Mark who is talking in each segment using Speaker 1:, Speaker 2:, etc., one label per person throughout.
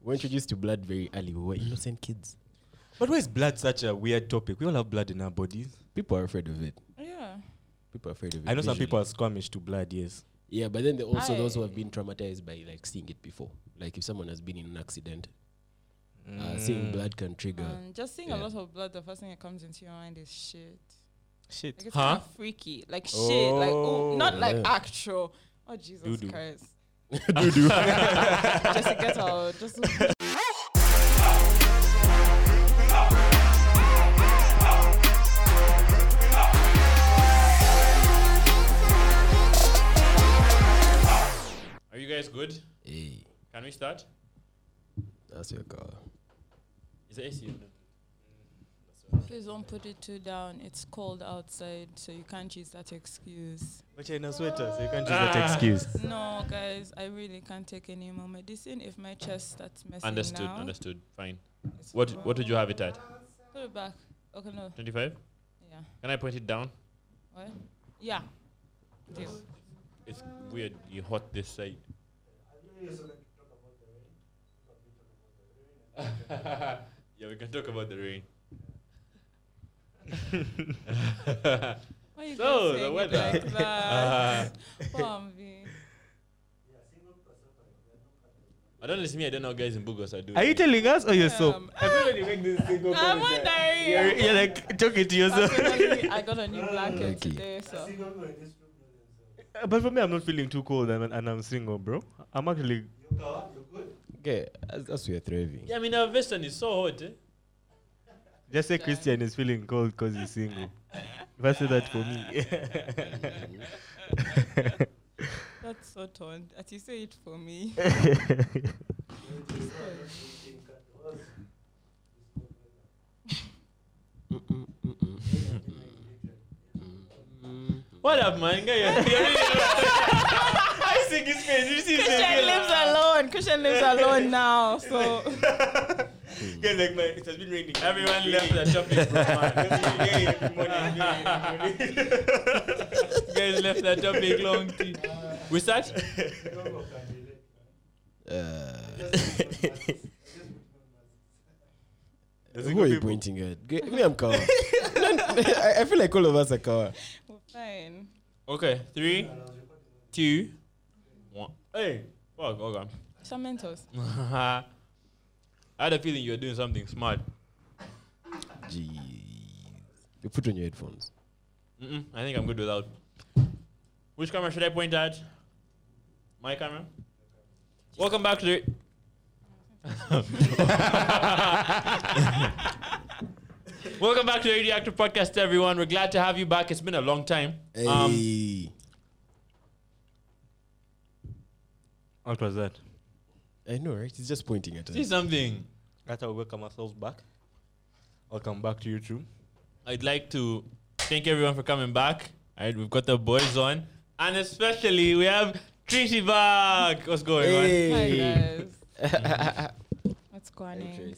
Speaker 1: We were introduced to blood very early. We were innocent kids.
Speaker 2: But why is blood such a weird topic? We all have blood in our bodies.
Speaker 1: People are afraid of it.
Speaker 3: Yeah.
Speaker 1: People are afraid of it.
Speaker 2: I know some
Speaker 1: visually.
Speaker 2: people are squamish to blood, yes.
Speaker 1: Yeah, but then there are also those who have
Speaker 3: I-
Speaker 1: been traumatized by like seeing it before. Like if someone has been in an accident,
Speaker 2: Mm.
Speaker 1: uh, seeing blood can trigger.
Speaker 3: And Um, just seeing
Speaker 1: Yeah.
Speaker 3: a lot of blood, the first thing that comes into your mind is shit. Like
Speaker 2: Shit.
Speaker 3: it's
Speaker 2: Huh?
Speaker 3: kind of freaky. Like shit. Like oh,
Speaker 2: Oh.
Speaker 3: not like
Speaker 1: Yeah.
Speaker 3: actual. Oh Jesus
Speaker 2: Doo-doo.
Speaker 3: Christ.
Speaker 1: Doo-doo.
Speaker 3: just to get out. Just
Speaker 4: Are you guys good?
Speaker 1: hey,
Speaker 4: Can we start?
Speaker 1: that's your car.
Speaker 4: Is the AC on?
Speaker 3: please don't put it too down. It's cold outside, so you can't use that excuse.
Speaker 2: But you're in a sweater, so you can't use that excuse.
Speaker 3: No, guys, I really can't take any more medicine if my chest starts messing
Speaker 4: Understood.
Speaker 3: now.
Speaker 4: Understood. Fine.
Speaker 3: it's
Speaker 4: What
Speaker 3: fine.
Speaker 4: What did you have it at?
Speaker 3: Put it back. Okay, no.
Speaker 4: Twenty five.
Speaker 3: Yeah.
Speaker 4: Can I point it down?
Speaker 3: What? Yeah. Deal.
Speaker 4: It's weird. You hot this side. yeah, we can talk about the rain.
Speaker 3: Why you guys
Speaker 4: So, the
Speaker 3: saying it
Speaker 4: weather. Uh-huh.
Speaker 3: Like that? Oh, Bambi.
Speaker 4: I don't listen to me. I don't know how guys in Bugos are doing.
Speaker 2: Are you
Speaker 4: it.
Speaker 2: telling us or yourself?
Speaker 3: Um,
Speaker 2: you make this single
Speaker 3: I'm on
Speaker 2: You're,
Speaker 3: diarrhea.
Speaker 2: you're like talking to yourself.
Speaker 3: Personally, I got a new blanket
Speaker 1: Okay.
Speaker 3: today, so
Speaker 2: Uh, but for me, I'm not feeling too cold and, and I'm single, bro. I'm actually.
Speaker 1: Okay, that's, that's we are thriving.
Speaker 4: Yeah, I mean, our Western is so hot. Eh?
Speaker 2: Just say Christian is feeling cold because he's single. If I say that for me.
Speaker 3: that's so torn. That you say it for me.
Speaker 4: What up, man? Guy, you're- you're really-
Speaker 2: I see his face. You see
Speaker 3: Christian lives alone. Christian lives alone now, so
Speaker 2: Guys, like, man, it has been raining.
Speaker 4: Everyone left the topic, bro. man. guys left that topic long. T- we start?
Speaker 1: Uh, Who are you pointing at? G- Me, I'm Kawa. I, I feel like all of us are Kawa.
Speaker 3: we're fine.
Speaker 4: Okay, three, two, one. Hey, fuck, okay.
Speaker 3: Some mentos.
Speaker 4: I had a feeling you were doing something smart.
Speaker 1: Jeez. You put on your headphones.
Speaker 4: Mm-mm, I think I'm good without. Which camera should I point at? My camera. Welcome back to the. Welcome back to the Radioactive Podcast, everyone. We're glad to have you back. It's been a long time. Um,
Speaker 1: Hey.
Speaker 2: What was that?
Speaker 1: I know, right? He's just pointing at us.
Speaker 4: see something.
Speaker 2: That's how we welcome ourselves back. Welcome back to YouTube.
Speaker 4: I'd like to thank everyone for coming back. All right, we've got the boys on, and especially we have Trishy back. What's going on?
Speaker 3: Hi
Speaker 1: Hey.
Speaker 3: guys. What's going on?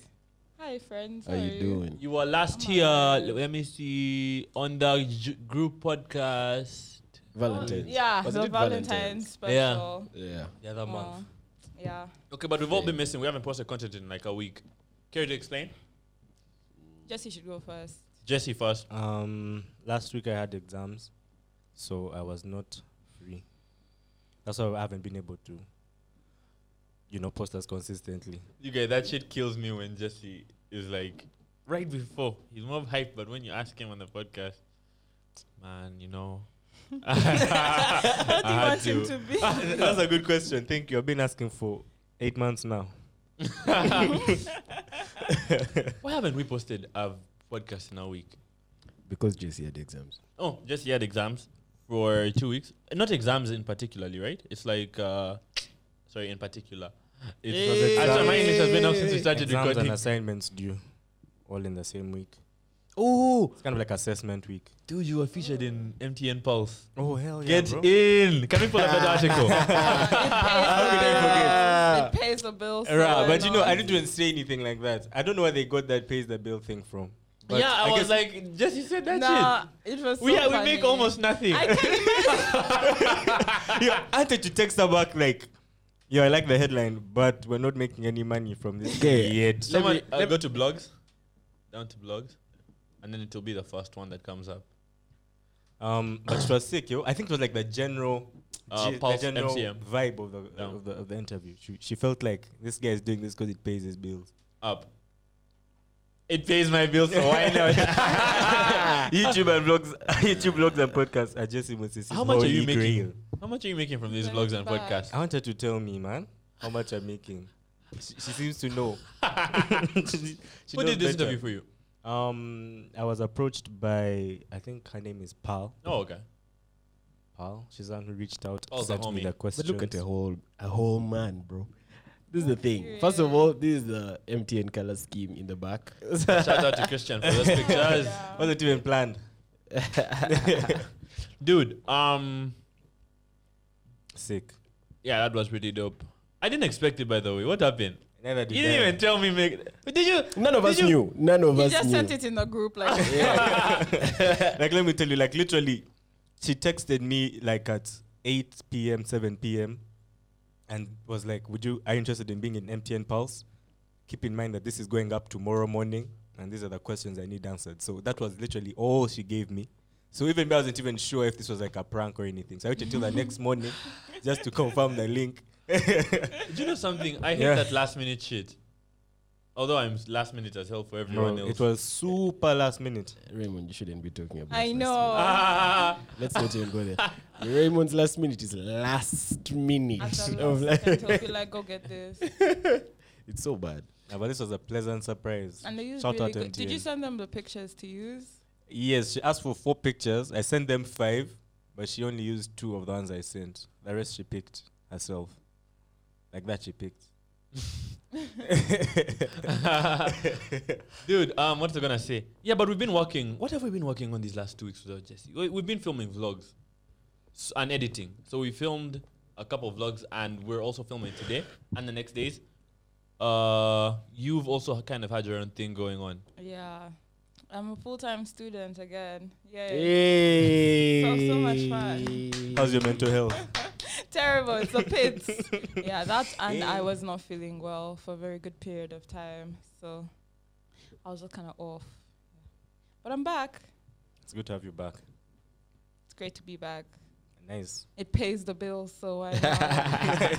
Speaker 3: Hi friends.
Speaker 1: How you doing?
Speaker 4: You were last
Speaker 3: Come
Speaker 4: here.
Speaker 3: on.
Speaker 4: Let me see on the j- group podcast
Speaker 1: Valentine's.
Speaker 3: Um, Yeah,
Speaker 1: Wasn't
Speaker 3: the
Speaker 1: it
Speaker 3: Valentine's
Speaker 1: Valentine's?
Speaker 3: special.
Speaker 1: Yeah.
Speaker 4: the other
Speaker 3: Aw, yeah.
Speaker 4: Okay, but we've all
Speaker 1: Okay.
Speaker 4: been missing. We haven't posted content in like a week. Care to explain?
Speaker 3: Jesse should go first.
Speaker 4: Jesse first.
Speaker 2: Um, last week I had exams, so I was not free. That's why I haven't been able to, you know, post as consistently.
Speaker 4: You guys, that shit kills me when Jesse is like right before he's more hyped, but when you ask him on the podcast, man, you know.
Speaker 3: How do you
Speaker 4: had
Speaker 3: want him
Speaker 4: to.
Speaker 3: to be?
Speaker 2: That's a good question. Thank you. I've been asking for eight months now.
Speaker 4: Why haven't we posted a podcast in a week?
Speaker 1: Because JC had exams.
Speaker 4: Oh, Jesse had exams for two weeks. Not exams in particularly, right? It's like, uh, sorry, in particular. It's
Speaker 2: Hey.
Speaker 4: Actually, my English has been up since we started
Speaker 2: Exams and
Speaker 4: recording.
Speaker 2: assignments due, all in the same week.
Speaker 1: Oh,
Speaker 2: It's kind of like assessment week.
Speaker 4: Dude, you were featured in MTN Pulse.
Speaker 2: Oh hell
Speaker 4: Get in. Can we pull up that article?
Speaker 3: Uh, it pays the bills. It pays the bills. so
Speaker 2: Right, but you know,
Speaker 3: no.
Speaker 2: I didn't even say anything like that. I don't know where they got that pays the bill thing from. But
Speaker 4: yeah, I, was
Speaker 2: guess-
Speaker 4: like, Jesse said that
Speaker 3: Nah,
Speaker 4: shit.
Speaker 3: it was.
Speaker 4: we
Speaker 3: so
Speaker 4: yeah, we make
Speaker 3: funny.
Speaker 4: almost nothing.
Speaker 3: I can't
Speaker 2: yeah, I had to text her back like, Yo, I like the headline, but we're not making any money from this
Speaker 1: Okay.
Speaker 2: yet.
Speaker 1: Let
Speaker 4: Someone,
Speaker 1: me-
Speaker 4: I'll
Speaker 1: let
Speaker 4: go to blogs, down to blogs, and then it'll be the first one that comes up.
Speaker 2: Um, but it was sick, yo. I think it was like the general,
Speaker 4: Uh,
Speaker 2: ge- the
Speaker 4: Pulse
Speaker 2: general
Speaker 4: MCM.
Speaker 2: vibe of the,
Speaker 4: Yeah.
Speaker 2: of the of the interview. She, she felt like this guy is doing this because it pays his bills.
Speaker 4: Up. It pays my bills, so why not?
Speaker 2: YouTube and blogs, YouTube blogs and podcasts are just Moses'
Speaker 4: How much are you
Speaker 2: holy
Speaker 4: making?
Speaker 2: grail.
Speaker 4: How much are you making from these
Speaker 3: Very
Speaker 4: vlogs and
Speaker 3: bad.
Speaker 4: podcasts?
Speaker 2: I want her to tell me, man, how much I'm making. She, she seems to know. she, she
Speaker 4: Who
Speaker 2: knows
Speaker 4: did
Speaker 2: better.
Speaker 4: this interview for you?
Speaker 2: Um, I was approached by I think her name is Pal.
Speaker 4: Oh, okay.
Speaker 2: Pal. She's the one who reached out,
Speaker 4: Pal's a
Speaker 2: sent me
Speaker 4: homie.
Speaker 2: the
Speaker 1: But
Speaker 2: question.
Speaker 1: look at a whole a whole man, bro. This is the thing. First of all, this is the MTN color scheme in the back.
Speaker 4: Shout out to Christian for those pictures.
Speaker 3: Yeah.
Speaker 2: Wasn't even planned.
Speaker 4: Dude, um,
Speaker 2: Sick.
Speaker 4: yeah, that was pretty dope. I didn't expect it, by the way. What happened?
Speaker 2: Never did
Speaker 4: You didn't
Speaker 2: that.
Speaker 4: even tell me. Make, did you?
Speaker 1: None of
Speaker 4: Did
Speaker 1: us
Speaker 4: you-
Speaker 1: knew. None of
Speaker 3: You
Speaker 1: us
Speaker 3: just
Speaker 1: knew.
Speaker 3: sent it in the group like
Speaker 2: like let me tell you, like literally, she texted me like at 8 p.m., 7 p.m. and was like, "Would you are you interested in being in MTN Pulse? Keep in mind that this is going up tomorrow morning, and these are the questions I need answered." So that was literally all she gave me. So even me, I wasn't even sure if this was like a prank or anything. So I waited until the next morning just to confirm the link.
Speaker 4: Do you know something? I hate
Speaker 2: Yeah.
Speaker 4: that last minute shit. Although I'm s- last minute as hell for everyone
Speaker 2: Bro,
Speaker 4: else.
Speaker 2: it was super last minute.
Speaker 1: Raymond, you shouldn't be talking about
Speaker 3: I
Speaker 1: last
Speaker 3: know.
Speaker 4: Ah,
Speaker 1: minute. Let's not even go there. Raymond's last minute is last minute.
Speaker 3: at the
Speaker 1: of
Speaker 3: last
Speaker 1: like-
Speaker 3: second, he'll be like, go get this.
Speaker 1: it's so bad.
Speaker 2: Yeah, but this was a pleasant surprise.
Speaker 3: And they used
Speaker 2: Shout
Speaker 3: really
Speaker 2: out
Speaker 3: good. Did you
Speaker 2: MTN.
Speaker 3: send them the pictures to use?
Speaker 2: Yes, she asked for four pictures. I sent them five, but she only used two of the ones I sent. The rest she picked herself. Like that she picked.
Speaker 4: dude, um, what was I gonna say? Yeah, but we've been working. What have we been working on these last two weeks without Jesse? We, we've been filming vlogs s- and editing. So we filmed a couple of vlogs, and we're also filming today and the next days. Uh, you've also kind of had your own thing going on.
Speaker 3: Yeah. I'm a full time student again. Yeah.
Speaker 1: Hey.
Speaker 3: so much fun.
Speaker 2: How's your mental health?
Speaker 3: Terrible. It's a pit. yeah, that and I was not feeling well for a very good period of time. So I was just kind of off. But I'm back.
Speaker 2: It's good to have you back.
Speaker 3: It's great to be back.
Speaker 2: Nice.
Speaker 3: It pays the bills, so why not?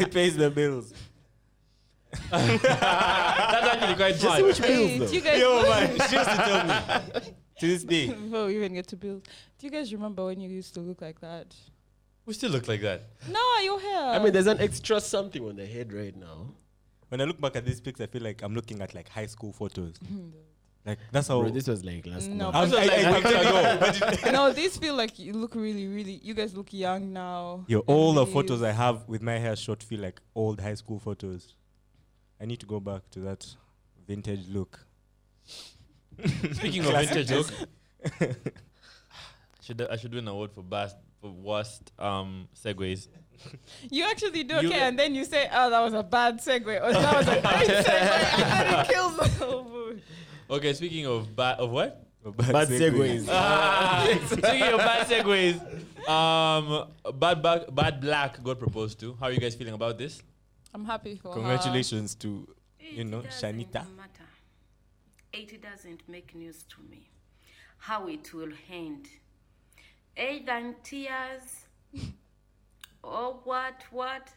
Speaker 2: it pays the bills.
Speaker 4: That's actually quite
Speaker 1: Just
Speaker 4: fun.
Speaker 1: see which
Speaker 3: Hey,
Speaker 1: pills
Speaker 3: do you
Speaker 1: though.
Speaker 3: guys
Speaker 2: Yo, man, she used to tell me. To this day.
Speaker 3: before we even get to bills, do you guys remember when you used to look like that?
Speaker 4: We still look like that.
Speaker 3: No, Ah, your hair.
Speaker 1: I mean, there's an extra something on the head right now.
Speaker 2: When I look back at these pics, I feel like I'm looking at like high school photos. Like that's how
Speaker 1: Bro, this was like last
Speaker 3: No.
Speaker 1: month.
Speaker 2: I'm-
Speaker 4: This was like
Speaker 2: I- I-
Speaker 4: weeks ago.
Speaker 2: but it-
Speaker 3: no, these feel like you look really, really. You guys look young now.
Speaker 2: Yo, all the
Speaker 3: Please.
Speaker 2: photos I have with my hair short feel like old high school photos. I need to go back to that vintage look.
Speaker 4: Speaking of vintage look, should I, I should win an award for best for worst um segues.
Speaker 3: You actually do
Speaker 4: You-
Speaker 3: okay, and then you say, "Oh, that was a bad segue," or "That was a great segue," and then it kills the whole mood.
Speaker 4: Okay, speaking of bad of what?
Speaker 2: Bad,
Speaker 1: Bad
Speaker 2: segues.
Speaker 1: segues.
Speaker 4: Ah, speaking of bad segues, um, bad bad bad black got proposed to. How are you guys feeling about this?
Speaker 3: I'm happy for her.
Speaker 2: Congratulations to you know
Speaker 5: It
Speaker 2: Shanita.
Speaker 5: doesn't matter. It doesn't make news to me how it will end. Either in tears or what, what?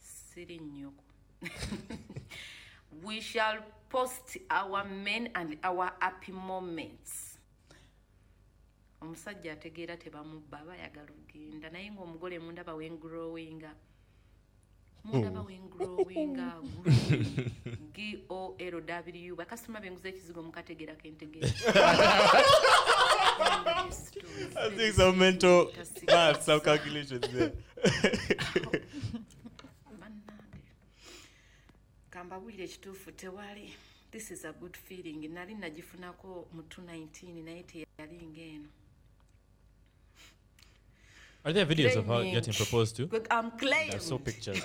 Speaker 5: Sitting nyoko. we shall post our men and our happy moments. omusajja ategeera tebamubba bayagala ogenda naye ngaomugole mundaba wengrowinga mundaba wengrowinga golw bakasitoma benguza ekizigo mukategeera kentegeera
Speaker 2: I think some mental math, some calculations there.
Speaker 5: bannange kambabulira ekituufu tewali this is a good feeling nali nagifunako mu 219 naye teyali ngaeno
Speaker 4: Are there videos of her
Speaker 5: Claiming.
Speaker 4: getting proposed to?
Speaker 5: But I'm claimed.
Speaker 2: So pictures.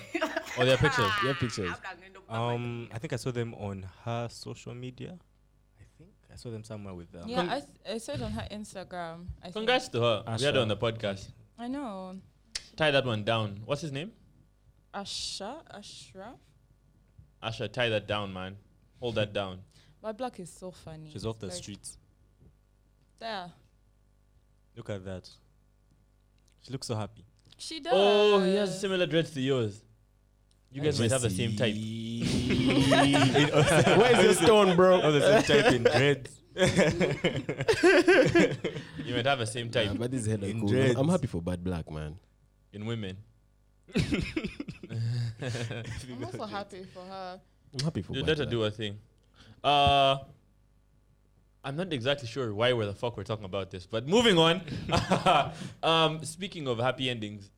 Speaker 4: Or there are pictures?
Speaker 1: Yeah, pictures.
Speaker 5: Abla ngenda okuba
Speaker 4: Oh,
Speaker 2: Um, I think I saw them on her social media. I think I saw them somewhere with um, them.
Speaker 3: Yeah, I, th- I said on her Instagram. I think.
Speaker 4: Congrats to her. We had her
Speaker 2: Asha.
Speaker 4: on the podcast.
Speaker 3: I know.
Speaker 4: Tie that one down. What's his name?
Speaker 3: Asha, Ashraf.
Speaker 4: Asha, tie that down, man. Hold that down.
Speaker 3: My block is so funny.
Speaker 2: She's off
Speaker 3: It's
Speaker 2: the
Speaker 3: like,
Speaker 2: streets.
Speaker 3: There.
Speaker 2: Look at that. She looks so happy.
Speaker 3: She does.
Speaker 4: Oh, he has similar dreads to yours. You guys might have the same type.
Speaker 1: Where's the stone, bro?
Speaker 2: Oh, the same type in dreads.
Speaker 4: You might have the same type
Speaker 1: Nah, but this head are
Speaker 2: In
Speaker 1: cool. I'm- I'm
Speaker 2: dreads.
Speaker 1: happy for Bad Black, man.
Speaker 4: in women.
Speaker 3: I'm also happy for her.
Speaker 1: I'm happy for
Speaker 4: Dude,
Speaker 1: Bad
Speaker 4: let her
Speaker 1: Black.
Speaker 4: do her thing. Uh, I'm not exactly sure why where the fuck we're talking about this, but moving on. um, speaking of happy endings,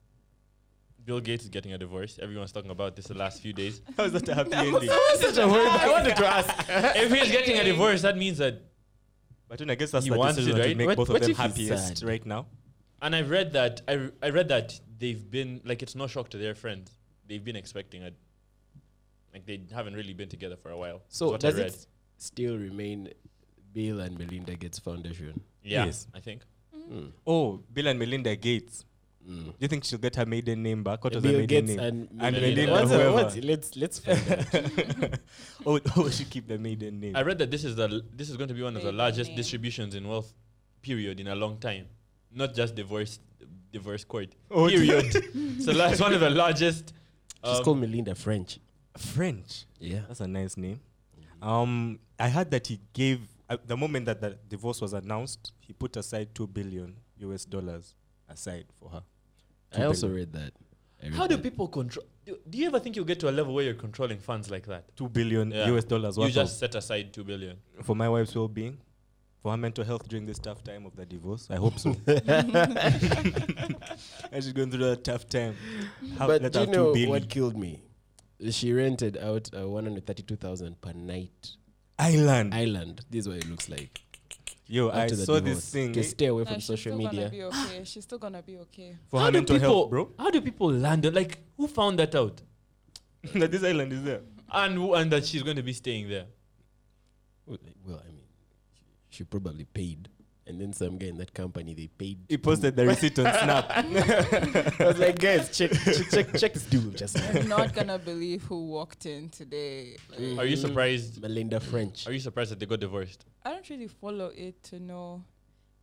Speaker 4: Bill Gates is getting a divorce. Everyone's talking about this the last few days.
Speaker 2: How is that a happy ending?
Speaker 1: Such a word. I wanted to ask.
Speaker 4: if he's getting a divorce, that means that.
Speaker 2: But then I guess that's
Speaker 4: He
Speaker 2: the
Speaker 4: wants
Speaker 2: decision
Speaker 4: it,
Speaker 2: that
Speaker 4: right?
Speaker 2: would make
Speaker 4: What-
Speaker 2: both
Speaker 4: what
Speaker 2: of them
Speaker 4: if he's
Speaker 2: happiest
Speaker 1: sad?
Speaker 2: right now.
Speaker 4: And I've read that. I, I read that they've been like it's no shock to their friends. They've been expecting it. Like they haven't really been together for a while. is
Speaker 1: So
Speaker 4: what I
Speaker 1: does
Speaker 4: read.
Speaker 1: it still remain Bill and Melinda Gates Foundation?
Speaker 4: Yeah,
Speaker 2: Yes.
Speaker 4: I think.
Speaker 3: Mm-hmm.
Speaker 1: Mm.
Speaker 2: Oh, Bill and Melinda Gates.
Speaker 1: Mm.
Speaker 2: Do you think she'll get her maiden name back? What was her
Speaker 1: Bill
Speaker 2: maiden
Speaker 1: Gates
Speaker 2: name?
Speaker 1: and
Speaker 2: And
Speaker 1: Melinda.
Speaker 4: Melinda,
Speaker 1: What's her-
Speaker 2: whoever.
Speaker 1: what's- let's let's find out.
Speaker 2: oh, oh, she keep the maiden name.
Speaker 4: I read that this is the l- this is going to be one of the
Speaker 3: Maiden
Speaker 4: largest
Speaker 3: name.
Speaker 4: distributions in wealth period in a long time. Not just divorce divorce court.
Speaker 2: Oh,
Speaker 4: period. so that's one of the largest
Speaker 1: She's
Speaker 4: um,
Speaker 1: called Melinda French.
Speaker 2: French.
Speaker 1: Yeah.
Speaker 2: That's a nice name. Um, I heard that he gave uh, the moment that the divorce was announced, he put aside two billion US dollars aside for her.
Speaker 1: I also read that. I read
Speaker 4: How do
Speaker 1: that.
Speaker 4: people control do, do you ever think you'll get to a level where you're controlling funds like that?
Speaker 2: Two billion
Speaker 4: Yeah.
Speaker 2: US dollars
Speaker 4: You
Speaker 2: worth
Speaker 4: just set aside 2 billion.
Speaker 2: of, for my wife's well-being, for her mental health during this tough time of the divorce. I hope so. and she's going through that tough time. Have-
Speaker 1: but
Speaker 2: let
Speaker 1: do
Speaker 2: her
Speaker 1: you
Speaker 2: have
Speaker 1: know
Speaker 2: two
Speaker 1: what
Speaker 2: billion.
Speaker 1: killed me? She rented out uh, 132,000 per night
Speaker 2: Island.
Speaker 1: island. This is what it looks like.
Speaker 2: Yo, I
Speaker 1: after the
Speaker 2: saw
Speaker 1: divorce.
Speaker 2: this thing eh?
Speaker 1: Just stay away
Speaker 3: Nah,
Speaker 1: from
Speaker 3: she's
Speaker 1: social
Speaker 3: still Gonna
Speaker 1: media.
Speaker 3: be okay. She's still gonna be okay.
Speaker 2: for her mental health, bro.
Speaker 4: How do people land on- like who found that out?
Speaker 2: that this island is there.
Speaker 4: And who- and that she's going to be staying there.
Speaker 1: Well, well, I mean, she probably paid, and then some guy in that company they paid.
Speaker 2: He posted the receipt on Snap.
Speaker 1: I was like, guys, check, check, check, check this dude. Just
Speaker 3: I'm not gonna believe who walked in today. Like,
Speaker 4: Are you
Speaker 1: Mm.
Speaker 4: surprised?
Speaker 1: Melinda French.
Speaker 4: Are you surprised that they got divorced?
Speaker 3: I don't really follow it to know,